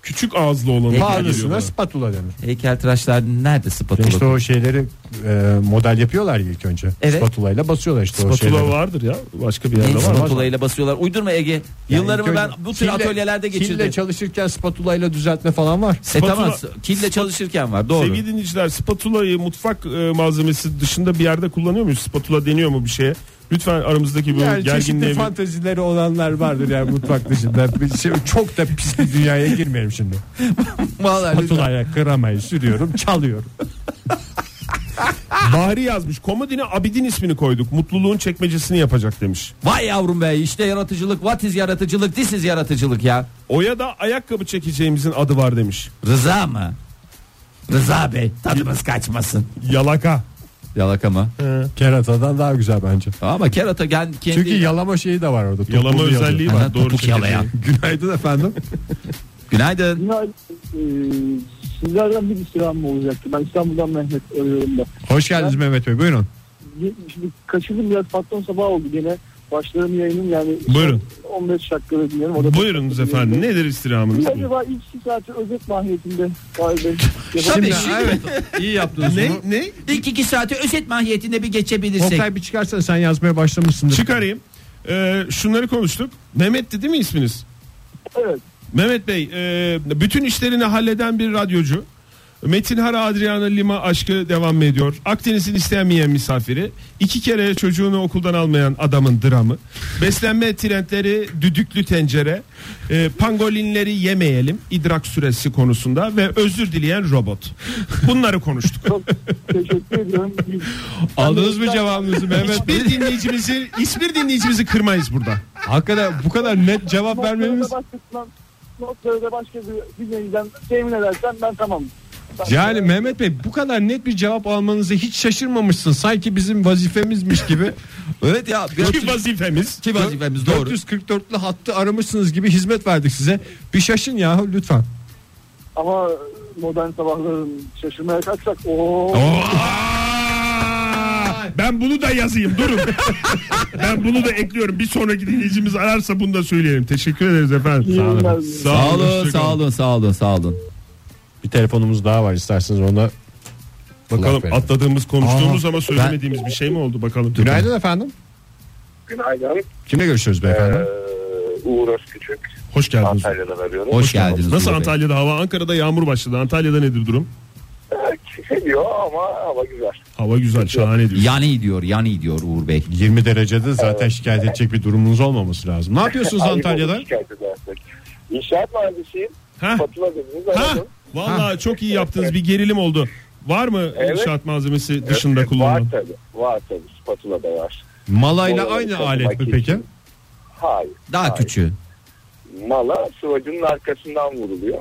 Speaker 4: Küçük ağızlı olanı.
Speaker 2: pahalısına spatula denir.
Speaker 3: Heykeltıraşlar nerede spatula?
Speaker 2: İşte o şeyleri e, model yapıyorlar ya ilk önce.
Speaker 3: Evet.
Speaker 2: Spatula ile basıyorlar işte o
Speaker 4: Spatula
Speaker 2: şeyleri.
Speaker 4: vardır ya. Başka bir yerde
Speaker 3: Ne
Speaker 4: var. mı?
Speaker 3: spatula ile basıyorlar. Uydurma Ege. Yıllarımı
Speaker 2: ilk
Speaker 3: ben
Speaker 2: önce
Speaker 3: bu tür
Speaker 2: kille-
Speaker 3: atölyelerde geçirdim.
Speaker 2: Kille çalışırken spatula ile düzeltme falan var.
Speaker 3: E
Speaker 4: Spatula-
Speaker 3: tamam kille çalışırken var doğru.
Speaker 4: Sevgili dinleyiciler spatulayı mutfak e, malzemesi dışında bir yerde kullanıyor muyuz? Spatula deniyor mu bir şeye? Lütfen aramızdaki bu
Speaker 2: Yani
Speaker 4: gerginliği...
Speaker 2: çeşitli
Speaker 4: bir-
Speaker 2: fantezileri olanlar vardır yani mutfak dışında. Bir şey- çok da pis bir dünyaya girmeyelim şimdi.
Speaker 3: Vallahi
Speaker 2: Spatula'ya kıramayı sürüyorum, çalıyorum.
Speaker 4: Bahri yazmış. Komodine Abidin ismini koyduk. Mutluluğun çekmecesini yapacak demiş.
Speaker 3: Vay yavrum be işte yaratıcılık what is yaratıcılık this is yaratıcılık ya.
Speaker 4: Oya da ayakkabı çekeceğimizin adı var demiş.
Speaker 3: Rıza mı? Rıza Bey tadımız kaçmasın.
Speaker 4: Yalaka.
Speaker 3: Yalaka mı?
Speaker 2: Keratadan daha güzel bence.
Speaker 3: Ama kerata gel kendi...
Speaker 2: Çünkü yalama şeyi de var orada. topuklu
Speaker 4: Yalama
Speaker 2: yalıyor.
Speaker 4: özelliği
Speaker 3: Aha,
Speaker 4: var. Doğru
Speaker 3: topuk yalayan.
Speaker 2: Günaydın efendim.
Speaker 3: Günaydın.
Speaker 1: Günaydın. Ee, sizlerden bir istirham olacaktı. Ben İstanbul'dan Mehmet arıyorum da.
Speaker 2: [LAUGHS] Hoş geldiniz Mehmet Bey buyurun.
Speaker 1: Ye- Şimdi kaçırdım biraz patron sabah oldu gene. Başlarım yayınım yani.
Speaker 4: Buyurun.
Speaker 1: 15 dakikada dinliyorum. O da-
Speaker 4: Buyurunuz efendim. Nedir istirhamınız?
Speaker 1: Acaba ilk iki saati özet mahiyetinde
Speaker 4: [LAUGHS]
Speaker 1: Fahir Bey.
Speaker 3: Tabii,
Speaker 2: Şimdi,
Speaker 3: şimdi-
Speaker 2: evet, iyi yaptınız
Speaker 4: Ne?
Speaker 2: bunu.
Speaker 4: Ne?
Speaker 3: İlk iki saati özet mahiyetinde bir geçebilirsek.
Speaker 2: Oktay bir çıkarsan sen yazmaya başlamışsındır.
Speaker 4: Çıkarayım. Ee, şunları konuştuk. Mehmet'ti değil mi isminiz?
Speaker 1: Evet.
Speaker 4: Mehmet Bey e, bütün işlerini halleden bir radyocu. Metin Hara Adriana Lima aşkı devam ediyor. Akdeniz'in istenmeyen misafiri. iki kere çocuğunu okuldan almayan adamın dramı. Beslenme trendleri düdüklü tencere. E, pangolinleri yemeyelim idrak süresi konusunda ve özür dileyen robot. Bunları konuştuk.
Speaker 1: Çok teşekkür ediyorum. Biz-
Speaker 4: Aldınız mı cevabınızı Mehmet Bey? Hiçbir dinleyicimizi, hiçbir dinleyicimizi kırmayız burada.
Speaker 2: Hakikaten bu kadar net cevap vermemiz
Speaker 1: Notları da başkasından- Notları da başka bir dinleyiciden temin edersen ben tamam.
Speaker 2: Yani Mehmet Bey bu kadar net bir cevap almanıza hiç şaşırmamışsın. Sanki bizim vazifemizmiş
Speaker 4: [LAUGHS]
Speaker 2: gibi.
Speaker 3: Evet ya.
Speaker 4: Ki vazifemiz.
Speaker 3: Ki vazifemiz doğru.
Speaker 2: 444'lü hattı aramışsınız gibi hizmet verdik size. Bir şaşın ya lütfen.
Speaker 1: Ama modern sabahların şaşırmaya kalksak o
Speaker 2: [LAUGHS]
Speaker 4: Ben bunu da yazayım durun. ben bunu da ekliyorum. Bir sonraki dinleyicimiz ararsa bunu da söyleyelim. Teşekkür ederiz efendim.
Speaker 1: Sağ olun.
Speaker 3: Sağ olun,
Speaker 4: hoşça
Speaker 3: sağ
Speaker 4: kalın.
Speaker 3: olun, sağ olun, sağ olun.
Speaker 2: Bir telefonumuz daha var isterseniz ona.
Speaker 4: Bakalım
Speaker 3: Kulak verin.
Speaker 4: atladığımız konuştuğumuz
Speaker 2: Aa,
Speaker 4: ama söylemediğimiz bir şey mi oldu bakalım.
Speaker 2: Günaydın efendim.
Speaker 5: Günaydın.
Speaker 2: Kimle görüşüyoruz
Speaker 5: Ee,
Speaker 2: beyefendi?
Speaker 5: Uğur Özküçük.
Speaker 4: Hoş geldiniz.
Speaker 5: Antalya'dan arıyorum.
Speaker 3: Hoş, geldiniz.
Speaker 4: Nasıl
Speaker 3: Uğur Bey.
Speaker 4: Antalya'da hava? Ankara'da yağmur başladı. Antalya'da nedir durum?
Speaker 5: Seviyor Ee, ama ama güzel.
Speaker 4: Hava güzel, şahane diyor.
Speaker 3: Yani diyor, yani diyor Uğur Bey.
Speaker 2: 20 derecede zaten şikayet edecek bir durumunuz olmaması lazım. Ne yapıyorsunuz
Speaker 5: Ayıp
Speaker 2: Antalya'da?
Speaker 5: olur şikayet edersek. İnşaat mühendisiyim.
Speaker 4: Hah.
Speaker 5: Fatura dediniz
Speaker 4: Ha,
Speaker 5: aradım.
Speaker 4: vallahi çok iyi yaptınız. Bir gerilim oldu. Var mı
Speaker 5: Evet.
Speaker 4: inşaat malzemesi dışında
Speaker 5: Evet, E, Var
Speaker 4: kullanılan?
Speaker 5: tabii. Var tabii. Spatula da var.
Speaker 2: Malayla
Speaker 5: Oraya
Speaker 2: aynı
Speaker 5: takmak
Speaker 2: alet mi
Speaker 5: için.
Speaker 2: peki?
Speaker 5: Hayır.
Speaker 3: Daha
Speaker 5: hayır.
Speaker 3: küçüğü.
Speaker 5: Mala sıvacının arkasından vuruluyor.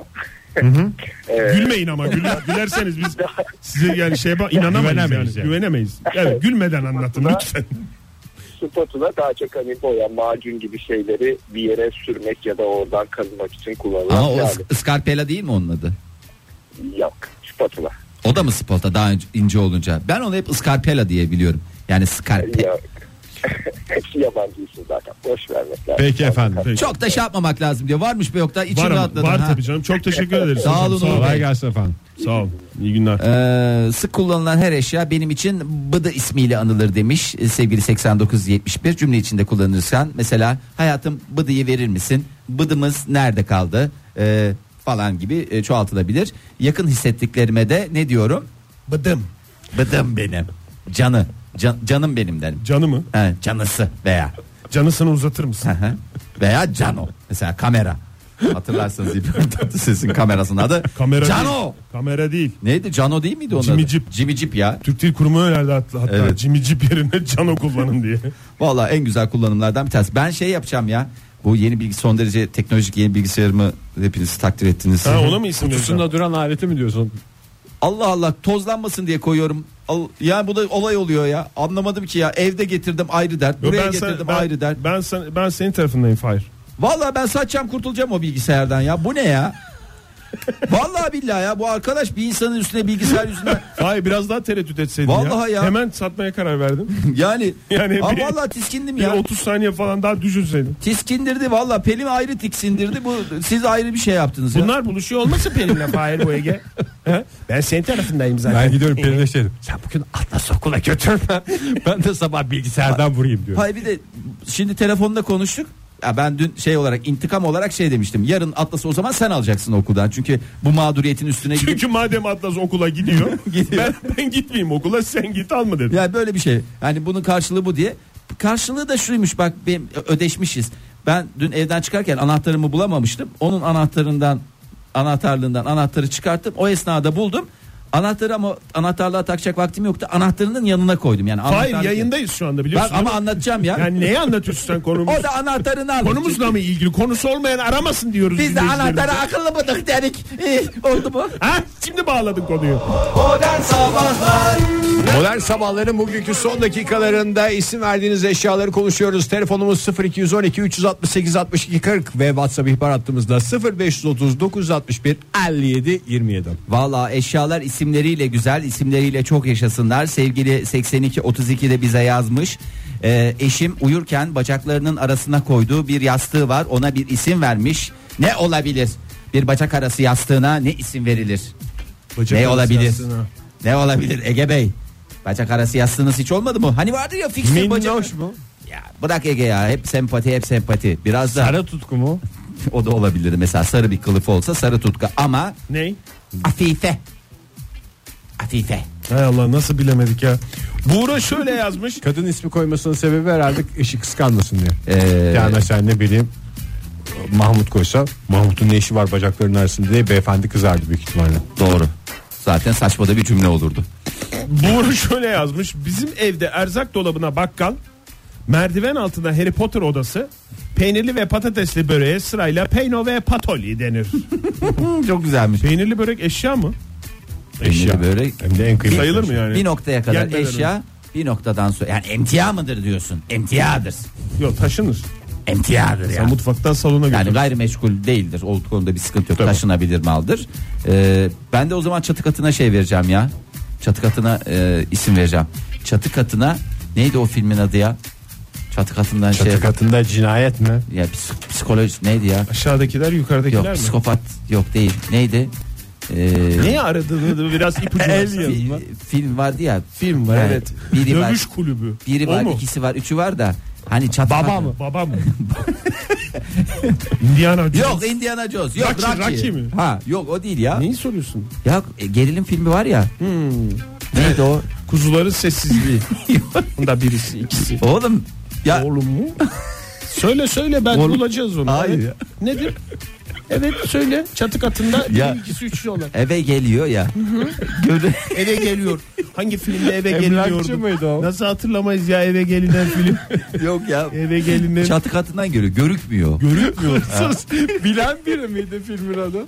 Speaker 5: Evet.
Speaker 4: Gülmeyin ama
Speaker 5: [LAUGHS]
Speaker 4: güler, gülerseniz biz size yani şeye bak- inanamayız
Speaker 2: Güvenemeyiz
Speaker 4: yani.
Speaker 2: yani.
Speaker 4: Güvenemeyiz. Evet gülmeden anlatın lütfen.
Speaker 5: Spatula daha çok hani boya, macun gibi şeyleri bir yere sürmek ya da oradan kazımak için kullanılan
Speaker 3: Ama o
Speaker 5: bir
Speaker 3: ıs- ıskarpela değil mi onun adı?
Speaker 5: alet. Yok. Spatula.
Speaker 3: O da mı spota daha ince- ince olunca? Ben onu hep ıskarpela diye biliyorum. Yani skarpe.
Speaker 5: Yok. [LAUGHS] Hepsi yabancı isim zaten. Boş vermek lazım.
Speaker 2: Peki efendim.
Speaker 4: Peki.
Speaker 3: Çok da şey yapmamak lazım diyor. Varmış be yok da içim
Speaker 4: var ama,
Speaker 3: rahatladı.
Speaker 4: var
Speaker 3: ha.
Speaker 4: tabii canım. Çok teşekkür ederiz.
Speaker 3: Sağ olun
Speaker 4: Sağ
Speaker 3: Uğur
Speaker 4: olun.
Speaker 2: Kolay gelsin efendim.
Speaker 4: Sağ olun. İyi günler.
Speaker 3: Ee, sık kullanılan her eşya benim için Bıdı ismiyle anılır demiş Ee, sevgili 8971 cümle içinde kullanırsan mesela hayatım Bıdı'yı verir misin Bıdımız nerede kaldı Ee, falan gibi e, çoğaltılabilir yakın hissettiklerime de ne diyorum Bıdım Bıdım benim canı Can- canım benim derim
Speaker 4: Canı mı?
Speaker 3: He, canısı veya
Speaker 4: Canısını uzatır mısın?
Speaker 3: Hı hı. veya Cano mesela kamera hatırlarsanız İbrahim Tatlıses'in kamerasının adı
Speaker 4: Kamera
Speaker 3: Cano
Speaker 4: değil. Kamera değil.
Speaker 3: Neydi? Cano değil miydi onun
Speaker 4: Jimmy
Speaker 3: adı?
Speaker 4: Jeep.
Speaker 3: Jimmy Jeep ya.
Speaker 4: Türk Dil Kurumu önerdi hatta. hatta
Speaker 3: Evet.
Speaker 4: Jimmy Jeep yerine Cano kullanın diye.
Speaker 3: Valla en güzel kullanımlardan bir tanesi. Ben şey yapacağım ya. Bu yeni bilgi son derece teknolojik yeni bilgisayarımı hepiniz takdir ettiniz.
Speaker 4: Ha, ona mı isim vereceğim?
Speaker 2: Kutusunda duran aleti mi diyorsun?
Speaker 3: Allah Allah tozlanmasın diye koyuyorum. Al, yani bu da olay oluyor ya. Anlamadım ki ya. Evde getirdim ayrı dert.
Speaker 4: Yo,
Speaker 3: Buraya
Speaker 4: ben,
Speaker 3: getirdim
Speaker 4: sen, ben,
Speaker 3: ayrı dert.
Speaker 4: ben, sen, ben senin tarafındayım Fahir.
Speaker 3: Valla ben satacağım kurtulacağım o bilgisayardan ya. Bu ne
Speaker 4: [LAUGHS]
Speaker 3: ya? Vallahi billahi ya bu arkadaş bir insanın üstüne bilgisayar yüzünden
Speaker 4: Hayır biraz daha tereddüt etseydin
Speaker 3: Vallahi ya.
Speaker 4: Hemen satmaya
Speaker 3: [LAUGHS]
Speaker 4: karar verdim.
Speaker 3: yani,
Speaker 4: [LAUGHS] Yani
Speaker 3: Aa,
Speaker 4: bir-
Speaker 3: vallahi tiskindim
Speaker 4: Bir
Speaker 3: ya.
Speaker 4: 30 saniye falan daha düşünseydin.
Speaker 3: Tiskindirdi valla Pelin ayrı tiksindirdi. Bu siz ayrı bir şey yaptınız ya.
Speaker 4: Bunlar buluşuyor olması Pelin'le Fahir bu Ege. [LAUGHS] He? ben senin tarafındayım zaten.
Speaker 2: Ben gidiyorum Pelin'e şey dedim. Sen bugün atlas okula götürme. ben de sabah bilgisayardan vurayım diyor.
Speaker 3: Hayır bir de şimdi telefonda konuştuk. Ya ben dün şey olarak intikam olarak şey demiştim. Yarın Atlas'ı o zaman sen alacaksın okuldan. Çünkü bu mağduriyetin üstüne gidip
Speaker 4: Çünkü madem Atlas okula gidiyor,
Speaker 3: [LAUGHS] Gidiyor.
Speaker 4: Ben, ben gitmeyeyim okula sen git alma dedim.
Speaker 3: Ya böyle bir şey. Yani bunun karşılığı bu diye. Karşılığı da şuymuş bak benim ödeşmişiz. Ben dün evden çıkarken anahtarımı bulamamıştım. Onun anahtarından anahtarlığından anahtarı çıkarttım. O esnada buldum. Anahtarı ama anahtarlığa takacak vaktim yoktu. Anahtarının yanına koydum yani.
Speaker 4: Hayır
Speaker 3: anahtarlık-
Speaker 4: yayındayız şu anda
Speaker 3: Bak
Speaker 4: biliyorsun.
Speaker 3: ama anlatacağım ya.
Speaker 4: Yani neyi
Speaker 3: [LAUGHS]
Speaker 4: anlatıyorsun sen konumuz?
Speaker 3: o da anahtarını aldı.
Speaker 4: Konumuzla mı ilgili? Konusu olmayan aramasın diyoruz.
Speaker 3: Biz de
Speaker 4: dinleyicilerimize.
Speaker 3: anahtarı akıllı mıdık dedik. İyi, oldu mu?
Speaker 4: Ha? Şimdi bağladın konuyu.
Speaker 2: Modern sabahların bugünkü son dakikalarında isim verdiğiniz eşyaları konuşuyoruz. Telefonumuz 0212 368 62 40 ve WhatsApp ihbar hattımızda 0530 961 57 27.
Speaker 3: Valla eşyalar isimleriyle güzel isimleriyle çok yaşasınlar sevgili 82 32 de bize yazmış Ee, eşim uyurken bacaklarının arasına koyduğu bir yastığı var ona bir isim vermiş ne olabilir bir bacak arası yastığına ne isim verilir
Speaker 2: Bacak
Speaker 3: ne
Speaker 2: arası
Speaker 3: olabilir
Speaker 2: yastığına.
Speaker 3: ne olabilir Ege Bey bacak arası yastığınız hiç olmadı mı hani vardır ya fix bacak
Speaker 2: Minnoş mu?
Speaker 3: ya bırak Ege ya hep sempati hep sempati biraz da
Speaker 2: Kara tutku mu?
Speaker 3: o da olabilir mesela sarı bir kılıf olsa sarı tutku ama
Speaker 4: Ney?
Speaker 3: Afife. Afife.
Speaker 4: Hay Allah nasıl bilemedik ya. Buğra şöyle yazmış.
Speaker 2: [LAUGHS] Kadın ismi koymasının sebebi herhalde eşi kıskanmasın diye.
Speaker 3: Ee,
Speaker 2: yani mesela ne bileyim Mahmut koysa Mahmut'un ne işi var bacaklarının arasında diye beyefendi kızardı büyük ihtimalle.
Speaker 3: Doğru. Zaten saçma da bir cümle olurdu.
Speaker 4: Buğra şöyle yazmış. Bizim evde erzak dolabına bakkal, merdiven altında Harry Potter odası, peynirli ve patatesli böreğe sırayla peyno ve
Speaker 3: [LAUGHS]
Speaker 4: patoli denir.
Speaker 3: Çok güzelmiş.
Speaker 4: peynirli börek eşya mı?
Speaker 3: Eşya. Böyle
Speaker 2: Hem de en kıymetli.
Speaker 4: Sayılır mı yani?
Speaker 3: bir noktaya kadar
Speaker 4: Yenmeden
Speaker 3: eşya bir noktadan sonra yani emtia mıdır diyorsun? Emtiadır.
Speaker 4: Yok taşınır.
Speaker 3: Emtiadır
Speaker 4: Sen
Speaker 3: ya.
Speaker 4: mutfaktan salona götür.
Speaker 3: Yani gayrimeşgul değildir. O konuda bir sıkıntı yok. Taşınabilir maldır. Ee, ben de o zaman çatı katına şey vereceğim ya. Çatı katına e, isim vereceğim. Çatı katına neydi o filmin adı ya? Çatı katından şey.
Speaker 2: Çatı katında cinayet mi?
Speaker 3: Ya psik- psikoloji neydi ya?
Speaker 4: Aşağıdakiler yukarıdakiler
Speaker 3: Yok
Speaker 4: mi?
Speaker 3: psikopat yok değil. Neydi? Ee,
Speaker 4: Neye aradığını biraz
Speaker 3: [LAUGHS]
Speaker 4: ipucu versene.
Speaker 3: fi- film vardı ya.
Speaker 2: Film var evet.
Speaker 3: Biri var,
Speaker 4: Dövüş kulübü.
Speaker 3: biri
Speaker 4: O
Speaker 3: var,
Speaker 4: mu?
Speaker 3: ikisi var, üçü var da hani çatı
Speaker 2: Baba mı?
Speaker 4: Baba mı? [LAUGHS] Indiana Jones.
Speaker 3: Yok Indiana Jones. Yok
Speaker 4: Rocky,
Speaker 3: Rocky.
Speaker 4: Rocky mi?
Speaker 3: Ha, yok o değil ya.
Speaker 4: Neyi soruyorsun?
Speaker 3: Ya e, gerilim filmi var ya. Neydi o?
Speaker 4: Kuzuların sessizliği. Bunda birisi ikisi.
Speaker 3: Oğlum ya
Speaker 4: Oğlum mu? söyle söyle ben bulacağız onu.
Speaker 3: Hayır
Speaker 4: Evet.
Speaker 3: ya.
Speaker 4: Nedir? Evet söyle. Çatı katında
Speaker 3: Ya.
Speaker 4: bir ikisi üçlü olan.
Speaker 3: eve geliyor ya. Görü-
Speaker 4: Eve geliyor. Hangi filmde eve
Speaker 2: Emlakçı mıydı o?
Speaker 4: Nasıl hatırlamayız ya eve gelinen film.
Speaker 3: yok ya.
Speaker 4: eve gelinen.
Speaker 3: Çatı katından görüyor. Görükmüyor.
Speaker 4: [LAUGHS] Görünmüyor.
Speaker 2: Bilen biri miydi filmin adı?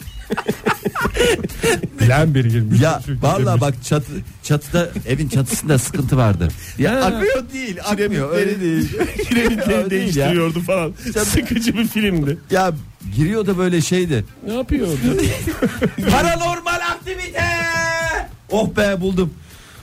Speaker 2: Bilen biri girmiş.
Speaker 3: Ya vallahi bak çatı çatıda evin çatısında sıkıntı vardı. Ya
Speaker 4: Ha.
Speaker 3: akmıyor değil, akmıyor öyle değil.
Speaker 4: Kiremitleri
Speaker 3: Öyle değil ya.
Speaker 4: değiştiriyordu falan.
Speaker 3: Çatı-
Speaker 4: Sıkıcı bir filmdi.
Speaker 3: Ya giriyor da böyle şeydi.
Speaker 4: Ne yapıyordu?
Speaker 3: Paranormal aktivite. Oh be buldum.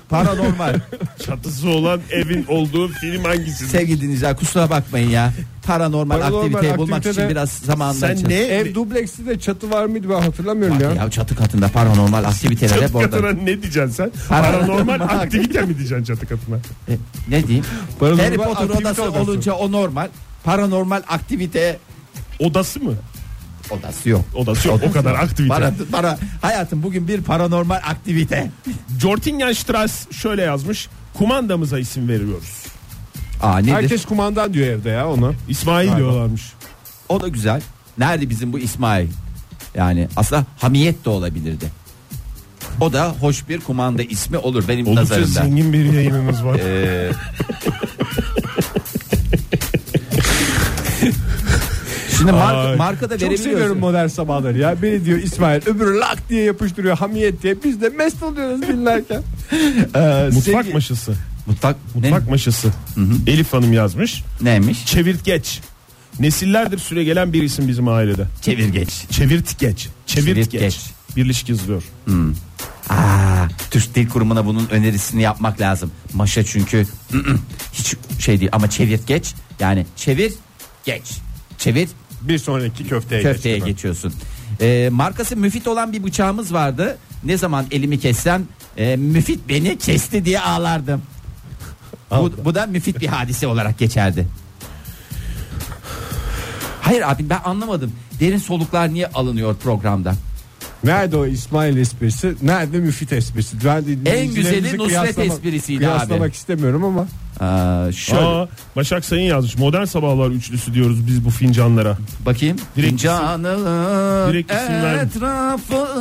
Speaker 3: Paranormal.
Speaker 4: Çatısı olan evin olduğu film hangisi?
Speaker 3: Sevgili dinleyiciler kusura bakmayın ya. Paranormal,
Speaker 2: Paranormal
Speaker 3: aktiviteyi bulmak
Speaker 2: aktivitede-
Speaker 3: için biraz zamanla
Speaker 4: Sen ne
Speaker 2: Ev dubleksi de çatı var mıydı ben hatırlamıyorum ya.
Speaker 3: Ya çatı katında paranormal aktiviteler
Speaker 4: Çatı
Speaker 3: hep orada.
Speaker 4: katına ne diyeceksin sen?
Speaker 3: Paranormal
Speaker 4: Paranormal aktivite mi diyeceksin çatı katına?
Speaker 3: E, ne diyeyim?
Speaker 2: Paranormal
Speaker 3: Harry Potter
Speaker 2: aktivite
Speaker 3: odası
Speaker 2: odası.
Speaker 3: olunca o normal. Paranormal aktivite
Speaker 4: Odası mı?
Speaker 3: odası yok.
Speaker 4: Odası yok o kadar aktivite.
Speaker 3: Para, para, hayatım bugün bir paranormal aktivite.
Speaker 4: Jortingenstrass şöyle yazmış. Kumandamıza isim veriyoruz.
Speaker 3: Aa nedir?
Speaker 2: Herkes kumandan diyor evde ya ona.
Speaker 4: İsmail diyorlarmış.
Speaker 3: O da güzel. Nerede bizim bu İsmail? Yani aslında hamiyet de olabilirdi. O da hoş bir kumanda ismi olur benim
Speaker 4: Oldukça
Speaker 3: nazarımda.
Speaker 4: zengin bir yayınımız var.
Speaker 3: Şimdi marka,
Speaker 4: Ay.
Speaker 3: marka da
Speaker 2: Çok seviyorum
Speaker 3: verebiliyorsun.
Speaker 2: modern sabahları ya. Biri diyor İsmail öbürü lak diye yapıştırıyor hamiyet diye. Biz de mest oluyoruz dinlerken.
Speaker 3: [LAUGHS] Ee,
Speaker 4: Mutfak
Speaker 3: sevgi-
Speaker 4: maşası.
Speaker 3: Mutfak,
Speaker 4: Mutfak maşası. Elif Hanım yazmış.
Speaker 3: ne, neymiş?
Speaker 4: Çevirtgeç. Nesillerdir süre gelen bir isim bizim ailede.
Speaker 3: Çevirgeç.
Speaker 4: Çevirtgeç.
Speaker 3: Çevirtgeç.
Speaker 4: Çevirtgeç. Birleşik yazılıyor.
Speaker 3: Aa, Türk Dil Kurumu'na bunun önerisini yapmak lazım. Maşa çünkü ı-ı, hiç şey değil ama çevir geç. Yani çevir geç. Çevir
Speaker 2: Bir sonraki köfteye,
Speaker 3: köfteye
Speaker 2: geçtim ben.
Speaker 3: geçiyorsun. Ee, markası müfit olan bir bıçağımız vardı. Ne zaman elimi kessem e, müfit beni kesti diye ağlardım. Bu, bu da müfit bir hadise olarak geçerdi. Hayır abi ben anlamadım. Derin soluklar niye alınıyor programda?
Speaker 2: Nerede o İsmail esprisi? Nerede Müfit esprisi? Ben de dinleyicilerimizi
Speaker 3: güzeli Nusret
Speaker 2: kıyaslamak-
Speaker 3: esprisiydi abi.
Speaker 2: Kıyaslamak istemiyorum ama
Speaker 3: Aa, şöyle
Speaker 4: Aa, Başak Sayın yazmış. Modern sabahlar üçlüsü diyoruz biz bu fincanlara.
Speaker 3: bakayım.
Speaker 4: Direkt
Speaker 3: Fincanım
Speaker 4: direkt isim verme.
Speaker 3: etrafı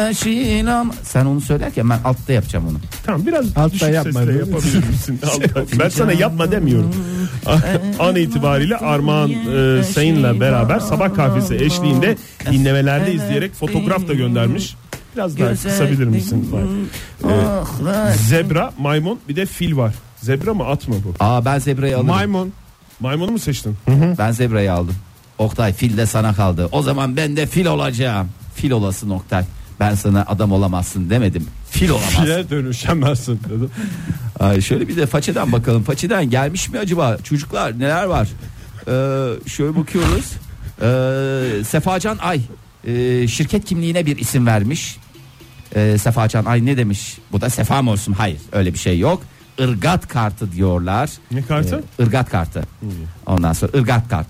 Speaker 3: yeşil ama- Sen onu söylerken ben altta yapacağım onu.
Speaker 4: Tamam biraz
Speaker 2: Altta
Speaker 4: düşük
Speaker 2: yapma,
Speaker 4: sesle
Speaker 2: değil mi?
Speaker 4: yapabilir
Speaker 2: [LAUGHS]
Speaker 4: misin? Altta. ben sana yapma demiyorum. [LAUGHS] An itibariyle Armağan e, Sayın'la beraber sabah kahvesi eşliğinde dinlemelerde izleyerek fotoğraf da göndermiş. Biraz daha kısabilir misin? Ee, zebra, maymun bir de fil var. Zebra mı at mı bu?
Speaker 3: Aa ben zebrayı alırım.
Speaker 2: Maymun.
Speaker 4: Maymunu mu seçtin?
Speaker 3: Ben zebrayı aldım. Oktay fil de sana kaldı. O zaman ben de fil olacağım. Fil olasın Oktay. Ben sana adam olamazsın demedim. Fil olamazsın.
Speaker 2: File dönüşemezsin dedim.
Speaker 3: Ay şöyle bir de façeden bakalım. Façeden gelmiş mi acaba? Çocuklar neler var? Ee, şöyle bakıyoruz. Ee, Sefacan Ay ee, şirket kimliğine bir isim vermiş. Ee, Sefacan Ay ne demiş? Bu da sefa mı olsun? Hayır öyle bir şey yok. Irgat kartı diyorlar.
Speaker 4: Ne kartı?
Speaker 3: Ee, ırgat kartı. Ondan sonra ırgat kart.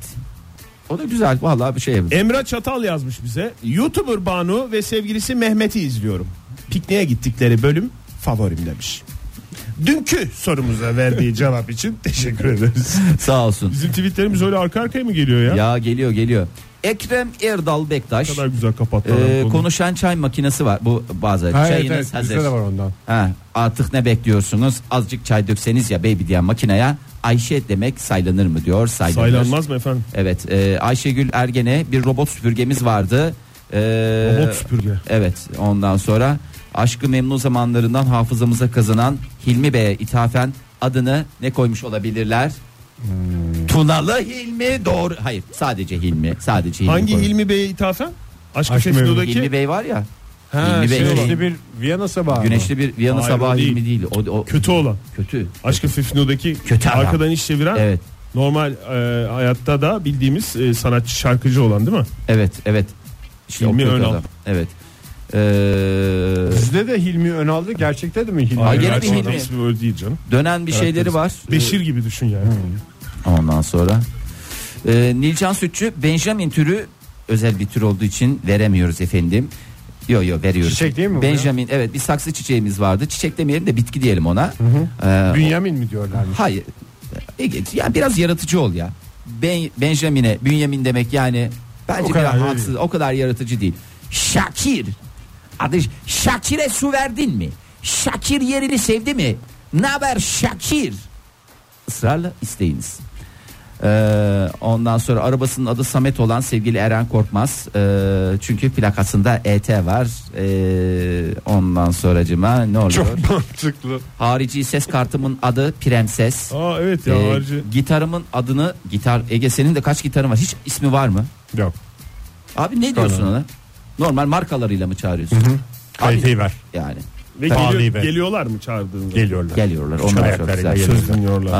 Speaker 3: O da güzel vallahi bir şey.
Speaker 4: Emre Çatal yazmış bize. YouTuber Banu ve sevgilisi Mehmet'i izliyorum. Pikniğe gittikleri bölüm favorim demiş. Dünkü
Speaker 3: [LAUGHS]
Speaker 4: sorumuza verdiği cevap için teşekkür ederiz.
Speaker 3: Sağ olsun.
Speaker 4: Bizim tweetlerimiz öyle arka arkaya mı geliyor ya?
Speaker 3: Ya geliyor geliyor. Ekrem Erdal Bektaş.
Speaker 4: Ne kadar güzel kapattılar.
Speaker 3: Ee,
Speaker 4: konuyu.
Speaker 3: konuşan çay makinesi var bu bazı
Speaker 2: Hayır,
Speaker 3: çayınız
Speaker 2: evet,
Speaker 3: hazır.
Speaker 2: bizde de var ondan.
Speaker 3: Ha, artık ne bekliyorsunuz? Azıcık çay dökseniz ya baby diyen makineye Ayşe demek saylanır mı diyor. Saylanır.
Speaker 4: Saylanmaz mı efendim?
Speaker 3: Evet e, Ayşegül Ergen'e bir robot süpürgemiz vardı. Ee,
Speaker 4: Robot süpürge.
Speaker 3: Evet ondan sonra aşkı memnun zamanlarından hafızamıza kazanan Hilmi Bey'e ithafen adını ne koymuş olabilirler?
Speaker 4: Hmm.
Speaker 3: Tunalı Hilmi doğru. Hayır sadece Hilmi. Sadece Hilmi.
Speaker 4: Hangi
Speaker 3: koymuş.
Speaker 4: Hilmi Bey'e ithafen? Aşk
Speaker 2: Aşk Memnu.
Speaker 4: Fesno'daki
Speaker 3: Hilmi Bey var ya.
Speaker 4: Ha,
Speaker 3: Hilmi Bey.
Speaker 4: şey
Speaker 3: Hilmi.
Speaker 2: Güneşli bir Viyana sabahı.
Speaker 3: Güneşli bir Viyana
Speaker 4: Hayır, o
Speaker 3: sabahı
Speaker 4: değil.
Speaker 3: Hilmi değil. O, o
Speaker 4: kötü olan.
Speaker 3: kötü.
Speaker 4: Aşk Fesno'daki
Speaker 3: Kötü adam.
Speaker 4: arkadan iş çeviren
Speaker 3: Evet.
Speaker 4: normal e, hayatta da bildiğimiz e, sanatçı şarkıcı olan değil mi?
Speaker 3: Evet, evet. İşte
Speaker 4: Hilmi
Speaker 3: o kötü
Speaker 4: Önal.
Speaker 3: adam. Evet. Ee,
Speaker 2: Bizde de Hilmi Önal'dı. Gerçekte de mi Hilmi?
Speaker 3: Ay, gene
Speaker 2: Önal?
Speaker 3: bir
Speaker 4: Gerçekten
Speaker 3: Hilmi. Ee,
Speaker 4: ismi öyle değil canım.
Speaker 3: dönen bir şeyleri var.
Speaker 4: Beşir gibi düşün yani.
Speaker 3: Ee, Ondan sonra. Ee, Nilcan Sütçü Benjamin türü özel bir tür olduğu için veremiyoruz efendim. Yo yo veriyoruz.
Speaker 2: Çiçek değil mi bu
Speaker 3: Benjamin evet bir saksı çiçeğimiz vardı. Çiçek demeyelim de bitki diyelim ona. Ee, o-
Speaker 2: Bünyamin mi diyorlar?
Speaker 3: Hayır. Ege, ya biraz yaratıcı ol ya. Ben Benjamin'e Bünyamin demek yani bence
Speaker 2: O kadar
Speaker 3: biraz
Speaker 2: değil.
Speaker 3: haksız. O kadar yaratıcı değil. Şakir. Adı Şakir'e su verdin mi? Şakir yerini sevdi mi? Ne haber Şakir? Israrla isteyiniz. Ee, ondan sonra arabasının adı Samet olan sevgili Eren Korkmaz. Ee, çünkü plakasında ET var. Ee, ondan sonracıma ne oluyor?
Speaker 4: Çok mantıklı. Ah,
Speaker 3: Harici ses kartımın adı Prenses.
Speaker 4: Aa evet ya
Speaker 3: Ee,
Speaker 4: harici.
Speaker 3: gitarımın adını gitar Ege senin de kaç gitarın var? Hiç ismi var mı?
Speaker 2: Yok.
Speaker 3: Abi ne diyorsun ona? Normal markalarıyla mı çağırıyorsun?
Speaker 2: Kaliteyi ver.
Speaker 3: Yani
Speaker 4: Ve
Speaker 2: Tabii.
Speaker 4: geliyor-
Speaker 2: Tabii.
Speaker 4: geliyorlar mı çağırdığınızda?
Speaker 2: Geliyorlar.
Speaker 3: geliyorlar.
Speaker 2: Şu
Speaker 3: Onlar çok
Speaker 2: ayaklarıyla
Speaker 3: güzel.
Speaker 2: geliyorlar.
Speaker 4: Söz dinliyorlar.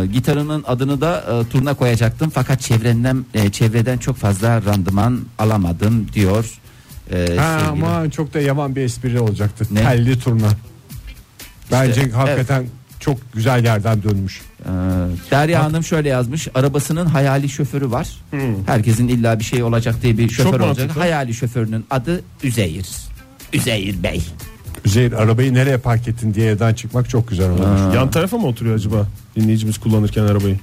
Speaker 3: Aa, Ee, gitarının adını da e, turna koyacaktım fakat çevrenden e, çevreden çok fazla randıman alamadım diyor. e,
Speaker 2: Ha,
Speaker 3: sevgili-
Speaker 2: ama çok da yaman bir espri olacaktı.
Speaker 3: Ne?
Speaker 2: Telli turna. Bence
Speaker 3: İşte,
Speaker 2: hakikaten çok güzel yerden dönmüş.
Speaker 3: Ee, Derya Hanım şöyle yazmış. Arabasının hayali şoförü var.
Speaker 2: Hmm.
Speaker 3: Herkesin illa bir şey olacak diye bir şoför olacak.
Speaker 4: mantıklı.
Speaker 3: Hayali şoförünün adı Üzeyir. Üzeyir Bey.
Speaker 2: Üzeyir arabayı nereye park ettin diye evden çıkmak çok güzel olmuş.
Speaker 4: Yan tarafa mı oturuyor acaba dinleyicimiz kullanırken arabayı?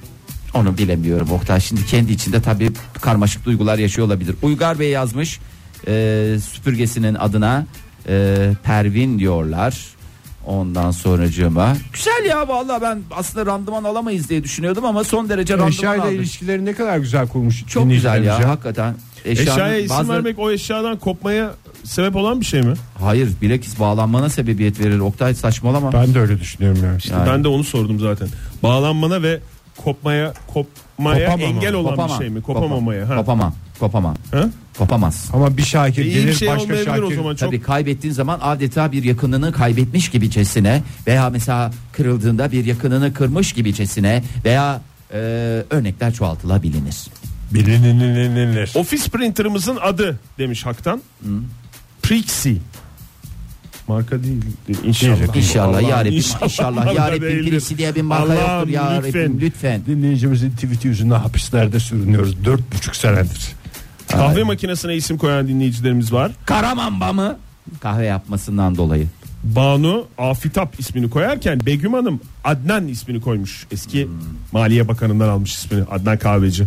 Speaker 3: Onu bilemiyorum Oktay. Şimdi kendi içinde tabii karmaşık duygular yaşıyor olabilir. Uygar Bey yazmış. Ee, süpürgesinin adına e, Pervin diyorlar. Ondan sonracığıma. Güzel ya vallahi ben aslında randıman alamayız diye düşünüyordum ama son derece randıman
Speaker 2: Eşyayla
Speaker 3: aldık.
Speaker 2: ilişkileri ne kadar güzel kurmuş.
Speaker 3: Çok güzel
Speaker 2: dinleyicilerimiz
Speaker 3: ya, hakikaten. Eşyanın
Speaker 4: Eşyaya isim
Speaker 3: bazıları-
Speaker 4: vermek o eşyadan kopmaya sebep olan bir şey mi?
Speaker 3: Hayır bilakis bağlanmana sebebiyet verir. Oktay saçmalama.
Speaker 2: Ben de öyle düşünüyorum ya. İşte
Speaker 3: Yani.
Speaker 4: Ben de onu sordum zaten. Bağlanmana ve kopmaya kopmaya
Speaker 2: Kopamama.
Speaker 4: engel olan
Speaker 3: Kopamam.
Speaker 4: bir şey mi? Kopamamaya.
Speaker 3: Kopam-
Speaker 4: Ha.
Speaker 3: Kopamam. Kopamam.
Speaker 4: Ha?
Speaker 3: Kopamaz.
Speaker 2: Ama bir
Speaker 4: E,
Speaker 2: şakir
Speaker 4: İyi
Speaker 2: gelir
Speaker 4: bir şey
Speaker 2: başka
Speaker 4: olmayabilir
Speaker 2: şakir.
Speaker 4: o zaman çok.
Speaker 3: Tabii kaybettiğin zaman adeta bir yakınını kaybetmiş gibicesine veya mesela kırıldığında bir yakınını kırmış gibicesine veya e, örnekler çoğaltılabilir.
Speaker 2: Bilinilinilir.
Speaker 4: Ofis printerımızın adı demiş Hak'tan. Prixi. Marka değil. İnşallah.
Speaker 3: İnşallah
Speaker 4: Allah'ım,
Speaker 3: ya Rabbim
Speaker 4: inşallah
Speaker 3: inşallah ya
Speaker 4: marka
Speaker 3: Rabbim
Speaker 4: değildir.
Speaker 3: birisi diye bir marka
Speaker 4: Allah'ım,
Speaker 3: yoktur ya Rabbim lütfen.
Speaker 2: Dinleyicimizin tweet'i yüzünden hapislerde sürünüyoruz. Dört buçuk senedir.
Speaker 4: Kahve makinesine isim koyan dinleyicilerimiz var.
Speaker 3: Karamamba mı? Kahve yapmasından dolayı.
Speaker 4: Banu Afitap ismini koyarken Begüm Hanım Adnan ismini koymuş. Eski Maliye Bakanı'ndan almış ismini Adnan Kahveci.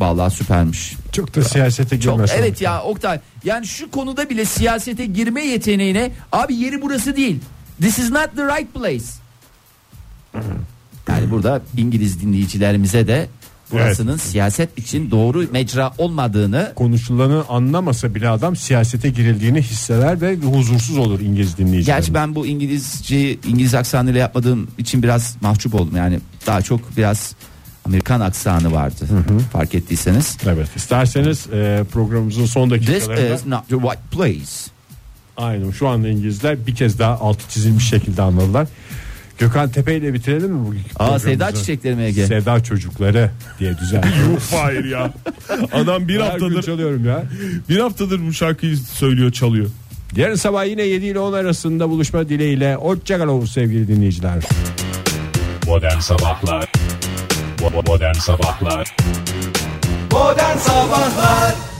Speaker 3: Vallahi süpermiş.
Speaker 2: Çok da siyasete
Speaker 3: Çok
Speaker 2: girmez.
Speaker 3: evet ya Oktay. Yani şu konuda bile siyasete girme yeteneğine abi yeri burası değil. This is not the right place. Yani burada İngiliz dinleyicilerimize de burasının siyaset için doğru mecra olmadığını
Speaker 2: Konuşulanı anlamasa bile adam siyasete girildiğini hisseder ve huzursuz olur İngiliz dinleyiciler.
Speaker 3: Gerçi ben bu İngilizceyi İngiliz aksanıyla yapmadığım için biraz mahcup oldum. Yani daha çok biraz Amerikan aksanı vardı. Fark ettiyseniz.
Speaker 2: Evet. İsterseniz e, programımızın son
Speaker 3: This
Speaker 2: dakikalarında
Speaker 3: is not the right place.
Speaker 2: aynen şu anda İngilizler bir kez daha altı çizilmiş şekilde anladılar. Gökhan Tepe ile bitirelim mi bugünkü
Speaker 3: Aa Sevda
Speaker 2: programımızı?
Speaker 3: çiçekleri mi Ege?
Speaker 2: Sevda çocukları
Speaker 3: [LAUGHS]
Speaker 2: diye düzenliyoruz.
Speaker 4: Hayır ya. [LAUGHS] Adam
Speaker 2: Her
Speaker 4: bir
Speaker 2: gün
Speaker 4: haftadır
Speaker 2: çalıyorum ya.
Speaker 4: bir haftadır bu şarkıyı söylüyor, çalıyor.
Speaker 2: Yarın sabah yine 7 ile 10 arasında buluşma dileğiyle. Hoşçakalın sevgili dinleyiciler.
Speaker 6: Modern Sabahlar Bo- bo- Modern Sabahlar
Speaker 7: Modern Sabahlar